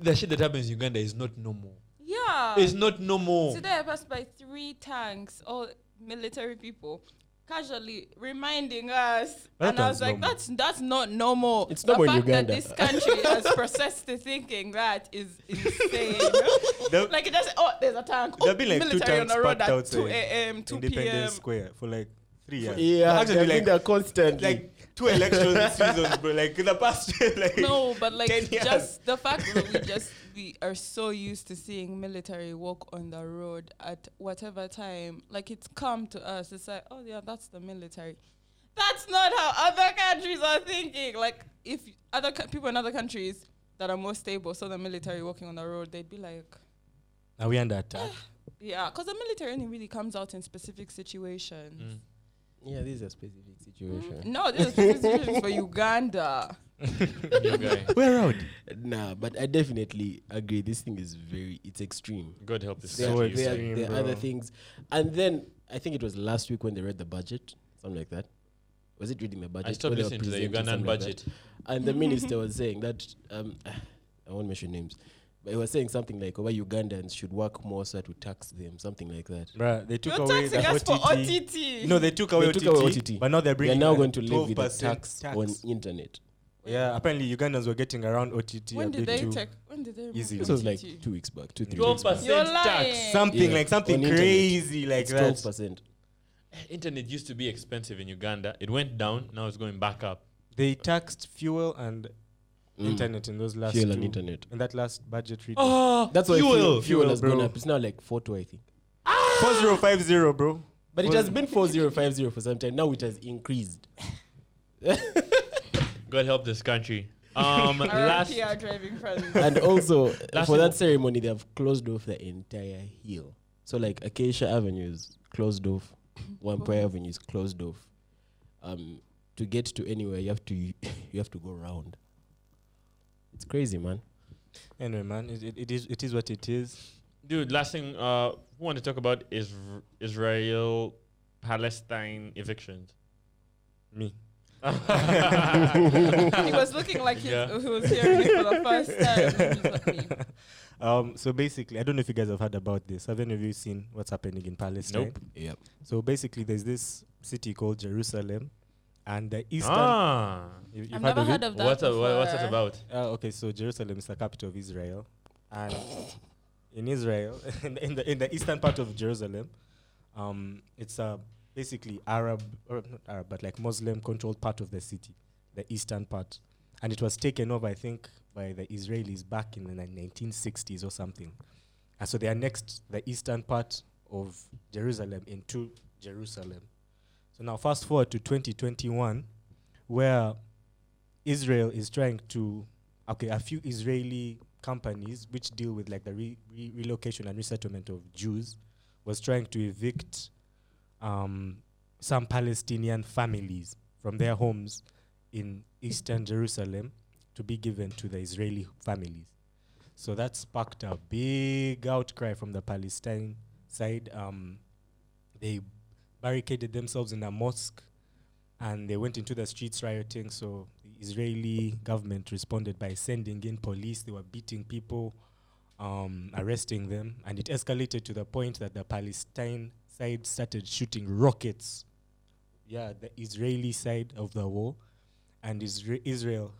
Speaker 4: the shit that happens in Uganda is not normal.
Speaker 3: Yeah.
Speaker 4: It's not normal."
Speaker 3: Today I passed by three tanks, all military people, casually reminding us.
Speaker 2: That
Speaker 3: and I was
Speaker 2: is
Speaker 3: like,
Speaker 2: normal.
Speaker 3: that's that's not normal.
Speaker 1: It's
Speaker 3: the
Speaker 1: normal in
Speaker 3: fact
Speaker 1: Uganda.
Speaker 3: that this country has processed to thinking that is insane.
Speaker 2: There-
Speaker 3: like it just oh, there's a tank. Oh,
Speaker 2: There've been like two
Speaker 3: military
Speaker 2: tanks
Speaker 3: on the road
Speaker 2: packed
Speaker 3: at
Speaker 2: outside
Speaker 3: two a.m., two p.m.
Speaker 2: Independence Square for like three years.
Speaker 1: yeah,
Speaker 2: actually,
Speaker 1: they've
Speaker 2: like-
Speaker 1: been there constantly.
Speaker 2: like two election seasons, bro. Like in the past, like
Speaker 3: No, but like
Speaker 2: 10 years.
Speaker 3: just the fact that we just we are so used to seeing military walk on the road at whatever time, like it's come to us. It's like, oh yeah, that's the military. That's not how other countries are thinking. Like if other co- people in other countries that are more stable saw the military walking on the road, they'd be like,
Speaker 2: are we under attack?
Speaker 3: yeah, because the military only really comes out in specific situations.
Speaker 4: Mm.
Speaker 1: yeah, this is a specific
Speaker 2: Mm.
Speaker 1: situation.
Speaker 3: No, this is specific situations for Uganda.
Speaker 4: Mm. You guy.
Speaker 2: Where out?
Speaker 1: Nah, but I definitely agree. This thing is very, it's extreme.
Speaker 4: God help this
Speaker 2: So
Speaker 1: There, there-
Speaker 4: country. you say.
Speaker 2: extreme,
Speaker 1: there are other
Speaker 2: bro.
Speaker 1: things, and then I think it was last week when they read the budget, something like that. Was it reading the budget?
Speaker 4: I stopped
Speaker 1: When they were
Speaker 4: listening to the
Speaker 1: presenting,
Speaker 4: Ugandan
Speaker 1: something like that.
Speaker 4: budget.
Speaker 1: And the minister was saying that um, I won't mention names, but he was saying something like, "Why Ugandans should work more so to tax them," something like that.
Speaker 2: Bruh, they took
Speaker 3: You're
Speaker 2: away
Speaker 3: taxing
Speaker 2: the
Speaker 3: us
Speaker 2: OTT.
Speaker 3: for OTT.
Speaker 2: No, they took away,
Speaker 1: they took away OTT,
Speaker 2: but now they're
Speaker 1: We are
Speaker 2: bringing.
Speaker 1: now
Speaker 2: a
Speaker 1: going to live with a
Speaker 2: 12%
Speaker 1: tax, on internet.
Speaker 2: Yeah, apparently Ugandans were getting around OTT a
Speaker 3: When did
Speaker 2: bit
Speaker 3: they
Speaker 2: too.
Speaker 3: take? When did they? remove
Speaker 2: easy.
Speaker 1: This was like
Speaker 3: OTT?
Speaker 1: two weeks back, two three weeks
Speaker 4: Twelve
Speaker 1: back.
Speaker 3: You're
Speaker 4: percent tax.
Speaker 3: lying.
Speaker 2: Something
Speaker 1: Yeah,
Speaker 2: like something
Speaker 1: on internet.
Speaker 2: crazy like that.
Speaker 1: Twelve percent.
Speaker 4: Internet used to be expensive in Uganda. It went down. Now it's going back up.
Speaker 2: They taxed fuel and internet in those last
Speaker 1: Mm. Fuel
Speaker 2: two,
Speaker 1: and internet.
Speaker 2: in that last budget reading.
Speaker 4: Oh,
Speaker 1: That's why fuel, fuel,
Speaker 2: Fuel,
Speaker 1: has
Speaker 2: bro.
Speaker 1: gone up. It's now like four two, I think.
Speaker 2: Four zero five zero, bro.
Speaker 1: But it
Speaker 2: Well-
Speaker 1: has been four zero five zero for some time. Now it has increased.
Speaker 4: God help this country. Um, last
Speaker 3: RIP our driving friends.
Speaker 1: and also
Speaker 4: Last
Speaker 1: for
Speaker 4: year-
Speaker 1: that ceremony they have closed off the entire hill so like acacia avenue is closed off
Speaker 4: Oh.
Speaker 1: wampire avenue is closed off um to get to anywhere you have to you have to go round it's crazy man
Speaker 2: Anyway, man, it, it, it is it is what it is.
Speaker 4: dude, last thing uh, we want to talk about is r- Israel Palestine evictions.
Speaker 2: Me.
Speaker 3: he was looking like he,
Speaker 4: Yeah.
Speaker 3: he was hearing it for the first time. He's like me.
Speaker 2: Um, so basically, I don't know if you guys have heard about this. Have any of you seen what's happening in Palestine?
Speaker 4: Nope.
Speaker 1: yep
Speaker 2: So basically, there's this city called Jerusalem, and the Eastern.
Speaker 4: Ah.
Speaker 2: You- you've
Speaker 3: I've never heard of that.
Speaker 4: What's, a,
Speaker 3: before.
Speaker 4: what's that about?
Speaker 2: Uh, okay, so Jerusalem is the capital of Israel, and in Israel, in, in the in the eastern part of Jerusalem, um, it's a basically Arab or not Arab, but like Muslim-controlled part of the city, the eastern part, and it was taken over, I think, by the Israelis back in the 1960s or something, and so they annexed the eastern part of Jerusalem into Jerusalem. So now, fast forward to 2021, where Israel is trying to okay a few Israeli companies which deal with like the re- re- relocation and resettlement of Jews was trying to evict um, some Palestinian families from their homes in eastern Jerusalem to be given to the Israeli families. So that sparked a big outcry from the Palestine side. Um, they barricaded themselves in a mosque and they went into the streets rioting. So the Israeli government responded by sending in police. They were beating people, um, arresting them, and it escalated to the point that the Palestine side started shooting rockets. Yeah, the Israeli side of the war, and Isra- Israel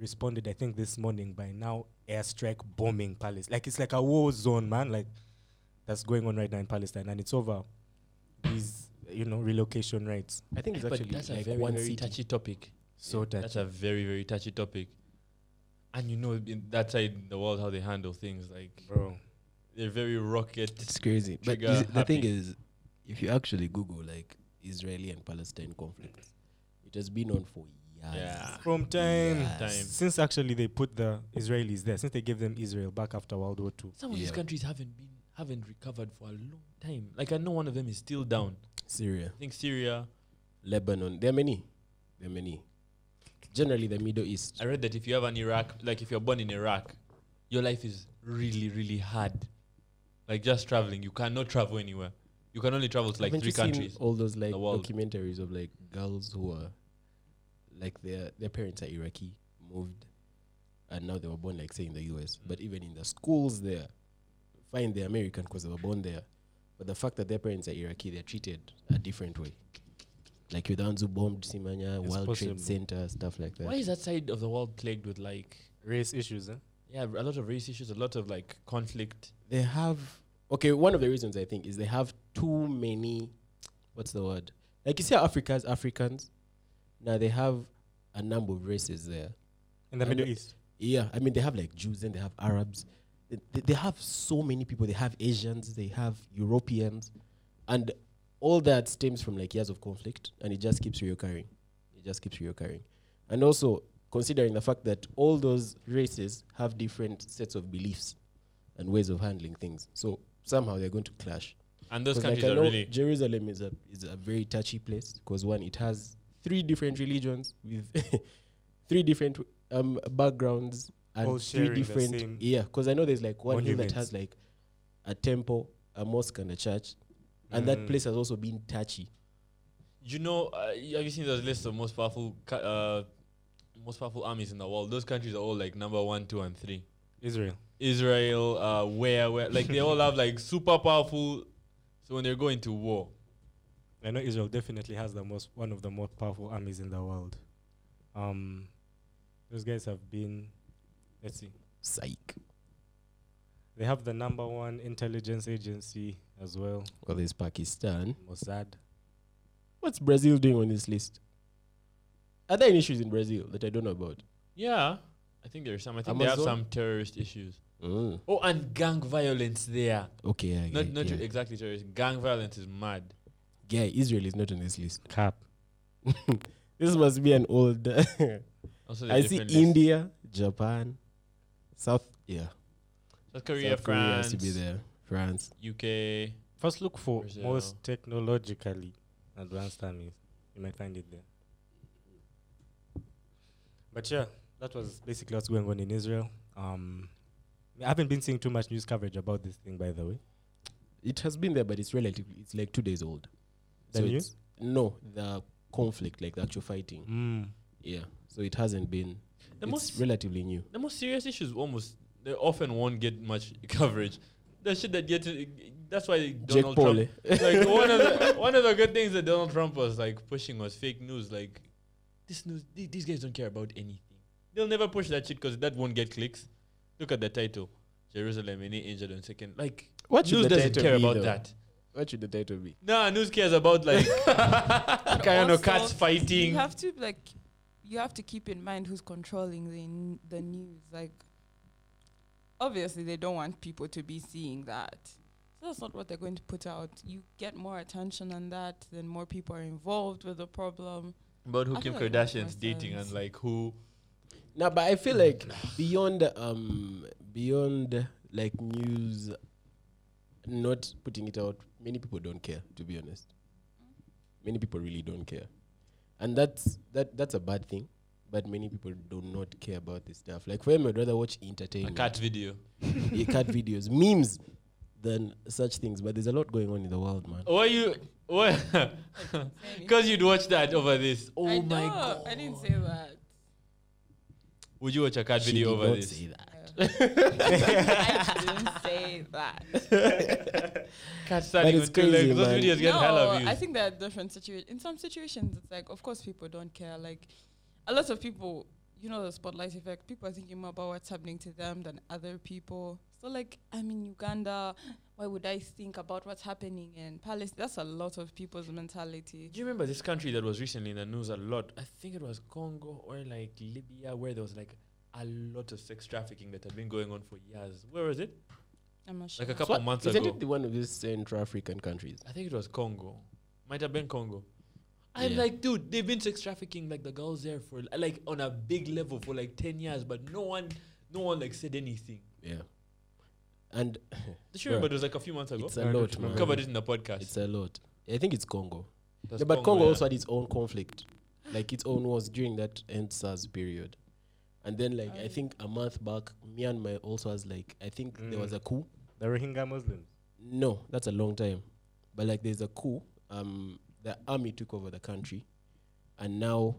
Speaker 2: responded. I think this morning by now airstrike bombing Palestine. Like it's like a war zone, man. Like that's going on right now in Palestine, and it's over. These you know relocation rights.
Speaker 1: I think it's
Speaker 4: But
Speaker 1: actually
Speaker 4: that's a
Speaker 1: like
Speaker 4: very,
Speaker 1: one
Speaker 4: very
Speaker 1: city.
Speaker 4: touchy topic.
Speaker 2: So
Speaker 4: That's a very, very touchy topic. And you know, in that side in the world, how they handle things. Like,
Speaker 2: bro.
Speaker 4: they're very rocket.
Speaker 1: It's crazy. But
Speaker 4: Trigger
Speaker 1: is the thing
Speaker 4: happy.
Speaker 1: is, if you actually Google like Israeli and Palestine conflicts, it has been on for years.
Speaker 4: Yeah.
Speaker 2: From time,
Speaker 4: Time.
Speaker 2: since actually they put the Israelis there, since they gave them Israel back after World War Two.
Speaker 4: Some of these
Speaker 1: Yeah.
Speaker 4: countries haven't been, haven't recovered for a long time. Like, I know one of them is still down.
Speaker 1: Syria,
Speaker 4: I think Syria.
Speaker 1: Lebanon. There are many. There are many. Generally, the Middle East.
Speaker 4: I read that if you have an Iraq, like if you're born in Iraq, your life is really, really hard. Like just traveling, you cannot travel anywhere. You can only travel to like
Speaker 1: Haven't
Speaker 4: three
Speaker 1: you seen
Speaker 4: countries.
Speaker 1: all those like
Speaker 4: the world.
Speaker 1: documentaries of like girls who are like their their parents are Iraqi, moved, and now they were born like say in the
Speaker 4: Mm.
Speaker 1: US. But even in the schools there, find they're American because they were born there. But the fact that their parents are Iraqi, they're treated a different way. Like you're the ones who bombed Simanya,
Speaker 2: It's
Speaker 1: World
Speaker 2: possible.
Speaker 1: Trade Center, stuff like that.
Speaker 4: Why is that side of the world plagued with like,
Speaker 2: Race issues, eh?
Speaker 4: yeah, a lot of race issues, a lot of like conflict?
Speaker 1: they have okay one of the reasons i think is they have too many what's the word like you see how africans africans now they have a number of races there
Speaker 2: in the
Speaker 1: I'm
Speaker 2: Middle
Speaker 1: not-
Speaker 2: East.
Speaker 1: yeah i mean they have like jews and they have arabs they, they, they have so many people they have asians they have europeans and all that stems from like years of conflict and it just keeps reoccurring it just keeps reoccurring and also considering the fact that all those races have different sets of beliefs and ways of handling things so somehow they're going to clash
Speaker 4: And those
Speaker 1: 'Cause,
Speaker 4: countries
Speaker 1: like, I
Speaker 4: are
Speaker 1: know
Speaker 4: really.
Speaker 1: Jerusalem is a is a very touchy place because one, it has three different religions with three different um backgrounds and
Speaker 2: All
Speaker 1: three
Speaker 2: sharing the
Speaker 1: different
Speaker 2: same
Speaker 1: yeah. Because I know there's like one hill that
Speaker 2: monuments.
Speaker 1: has like a temple, a mosque, and a church, and that
Speaker 2: Mm.
Speaker 1: place has also been touchy.
Speaker 4: You know, uh, have you seen those lists of most powerful, ca- uh, most powerful armies in the world? Those countries are all like number one, two, and three.
Speaker 2: Israel.
Speaker 4: Israel, uh, where, where, like they all have like super powerful. So when they're going to war,
Speaker 2: I know Israel definitely has the most one of the most powerful armies in the world. Um, those guys have been. Let's see.
Speaker 1: Psych.
Speaker 2: They have the number one intelligence agency as well,
Speaker 1: Well, there's Pakistan.
Speaker 2: Mossad.
Speaker 1: What's Brazil doing on this list? Are there any issues in Brazil that I don't know about?
Speaker 4: Yeah, I think there's some. I think they have
Speaker 1: Amazon?
Speaker 4: some terrorist issues.
Speaker 1: Mm.
Speaker 4: Oh, and gang violence there.
Speaker 1: Okay, yeah,
Speaker 4: Not
Speaker 1: yeah,
Speaker 4: not
Speaker 1: yeah.
Speaker 4: exactly terrorist. Gang violence is mad.
Speaker 1: yeah, Israel is not on this list.
Speaker 2: Cap.
Speaker 1: This must be an old.
Speaker 4: Also,
Speaker 1: I
Speaker 4: there's
Speaker 1: see
Speaker 4: different lists.
Speaker 1: India, Japan, South. Yeah,
Speaker 4: South Korea,
Speaker 1: South Korea has
Speaker 4: France,
Speaker 1: to be there. France.
Speaker 4: UK.
Speaker 2: First, look for
Speaker 4: Brazil.
Speaker 2: most technologically advanced armies. You might find it there. But yeah, that was basically what's going on in Israel. Um, I haven't been seeing too much news coverage about this thing, by the way.
Speaker 1: It has been there, but it's relatively. It's like two days old.
Speaker 2: The news?
Speaker 1: it's- No, the conflict, like the actual fighting.
Speaker 2: Mm.
Speaker 1: Yeah. So it hasn't been.
Speaker 4: The
Speaker 1: it's
Speaker 4: most-
Speaker 1: relatively new.
Speaker 4: The most serious issues almost they often won't get much coverage. The shit that gets that's why Donald
Speaker 1: Paul,
Speaker 4: Trump. like one of the one of the good things that Donald Trump was like pushing was fake news. Like this news, the- these guys don't care about anything. They'll never push that shit because that won't get clicks. Look at the title, Jerusalem, any injured on second. Like,
Speaker 1: What should
Speaker 4: news
Speaker 1: the
Speaker 4: doesn't
Speaker 1: title
Speaker 4: care
Speaker 1: be,
Speaker 4: about
Speaker 1: though?
Speaker 4: that.
Speaker 1: What should the title be?
Speaker 4: Nah, news cares about like kind of
Speaker 3: also,
Speaker 4: cats fighting.
Speaker 3: You have to like, you have to keep in mind who's controlling the n- the news. Like, obviously, they don't want people to be seeing that. So that's not what they're going to put out. You get more attention on that, then more people are involved with the problem.
Speaker 4: About who
Speaker 3: I
Speaker 4: Kim
Speaker 3: feel like it makes
Speaker 4: Kardashian's
Speaker 3: more
Speaker 4: dating and
Speaker 3: sense.
Speaker 4: like who
Speaker 1: No, but I feel like beyond um beyond like news not putting it out, many people don't care, to be honest. Many people really don't care. And that's that that's a bad thing. But many people do not care about this stuff. Like for them, I'd rather watch
Speaker 4: a
Speaker 1: entertainment,
Speaker 4: cat video.
Speaker 1: eh, cat videos, memes than such things. But there's a lot going on in the world, man.
Speaker 4: Why you? Why? Because you'd watch that over this. Oh
Speaker 3: I
Speaker 4: my
Speaker 3: know,
Speaker 4: god!
Speaker 3: I didn't say that.
Speaker 4: Would you watch a cat
Speaker 1: She
Speaker 4: video
Speaker 1: did
Speaker 4: over
Speaker 1: not
Speaker 4: this?
Speaker 1: say that.
Speaker 3: I didn't say that.
Speaker 4: Cat standing
Speaker 1: it's
Speaker 4: on two
Speaker 1: crazy,
Speaker 4: legs. Those
Speaker 1: man.
Speaker 4: videos get hella views.
Speaker 3: I think there are different situations. In some situations, it's like, of course, people don't care. Like, a lot of people, you know, the spotlight effect. People are thinking more about what's happening to them than other people. So, like, I'm in Uganda. Why would I think about what's happening in Palestine? That's a lot of people's mentality.
Speaker 4: Do you remember this country that was recently in the news a lot? I think it was Congo or like Libya, where there was like a lot of sex trafficking that had been going on for years. Where was it?
Speaker 3: I'm not sure.
Speaker 4: Like a couple
Speaker 1: What-
Speaker 4: months
Speaker 1: Isn't
Speaker 4: ago.
Speaker 1: it the one of these Central African countries?
Speaker 4: I think it was Congo. Might have been Congo. I'm
Speaker 1: Yeah.
Speaker 4: like, dude, they've been sex trafficking like the girls there for like on a big level for like ten years, but no one, no one like said anything.
Speaker 1: Yeah. And
Speaker 4: Did you
Speaker 1: Bruh,
Speaker 4: remember it was like a few months ago?
Speaker 1: it's a
Speaker 2: I don't
Speaker 1: lot,
Speaker 4: we
Speaker 1: man.
Speaker 2: remember.
Speaker 4: covered it in the podcast.
Speaker 1: It's a lot. I think it's Congo.
Speaker 4: It was
Speaker 1: Yeah, but Congo,
Speaker 4: yeah.
Speaker 1: also had its own conflict, like its own wars during that end SARS period. And then, like, I
Speaker 3: Oh.
Speaker 1: think a month back, Myanmar also has, like, I think there was
Speaker 2: Mm.
Speaker 1: a coup.
Speaker 2: The Rohingya Muslims.
Speaker 1: No, that's a long time. But, like, there's a coup. Um, the army took over the country. And now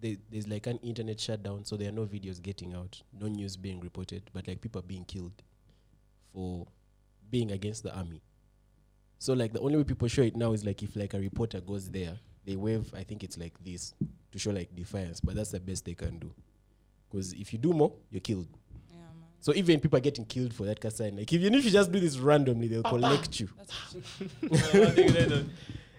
Speaker 1: they, there's, like, an internet shutdown. So there are no videos getting out, no news being reported. But, like, people are being killed for being against the army. So like the only way people show it now is like if like a reporter goes there, they wave. I think it's like this to show like defiance, but that's the best they can do. Because if you do more, you're killed.
Speaker 3: yeah, man.
Speaker 1: So even people are getting killed for that sign. Like even if you just do this randomly, they'll collect you.
Speaker 3: That's what she-
Speaker 4: No, I think they don't.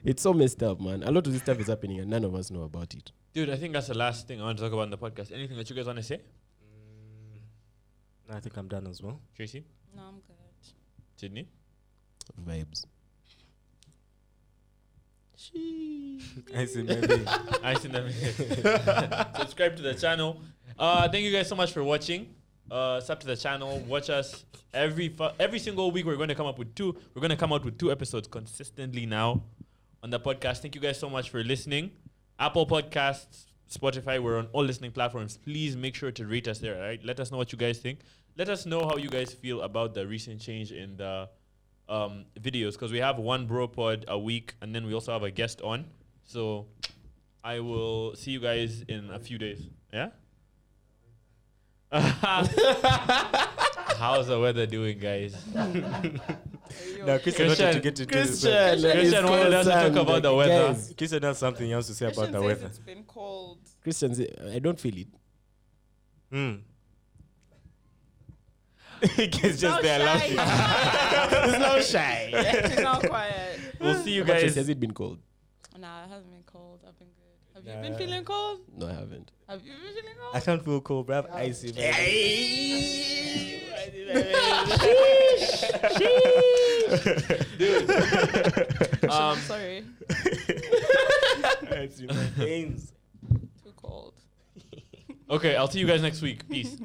Speaker 1: It's so messed up, man. A lot of this stuff is happening and none of us know about it.
Speaker 4: Dude, I think that's the last thing I want to talk about in the podcast. Anything that you guys want to say, Mm.
Speaker 2: I think I'm done as well.
Speaker 4: Tracy,
Speaker 3: no, I'm good.
Speaker 4: Sydney?
Speaker 1: Vibes.
Speaker 2: I see, maybe.
Speaker 4: I see them. Subscribe to the channel. Uh, thank you guys so much for watching. Uh, sub to the channel. Watch us every fu- every single week. We're going to come up with two. We're going to come out with two episodes consistently now on the podcast. Thank you guys so much for listening. Apple Podcasts, Spotify. We're on all listening platforms. Please make sure to rate us there. All right. Let us know what you guys think. Let us know how you guys feel about the recent change in the um, videos because we have one bro pod a week and then we also have a guest on. So I will see you guys in a few days. Yeah? How's the weather doing, guys?
Speaker 2: no, Christian wanted to
Speaker 4: Christian-
Speaker 2: get into
Speaker 1: Christian,
Speaker 2: this.
Speaker 4: Christian
Speaker 1: it's
Speaker 4: wanted us to
Speaker 1: concerned,
Speaker 4: talk about the
Speaker 1: like,
Speaker 4: weather.
Speaker 1: guys.
Speaker 2: but Christian has something else to say about
Speaker 3: Christian
Speaker 2: the
Speaker 3: says
Speaker 2: weather.
Speaker 3: It's been cold.
Speaker 1: Christians, I don't feel it.
Speaker 2: Hmm. He's just there laughing.
Speaker 1: It's not shy.
Speaker 3: She's now quiet.
Speaker 4: We'll see you
Speaker 1: Guys,
Speaker 4: guys.
Speaker 1: has it been cold?
Speaker 3: Nah, it hasn't been cold. I've been good. Have you been feeling cold?
Speaker 1: No, I haven't.
Speaker 3: Have you been feeling cold?
Speaker 2: I can't feel cold, bruv. I see.
Speaker 4: Um,
Speaker 3: Sorry,
Speaker 2: I see my veins.
Speaker 3: too cold.
Speaker 4: okay, I'll see you guys next week. Peace.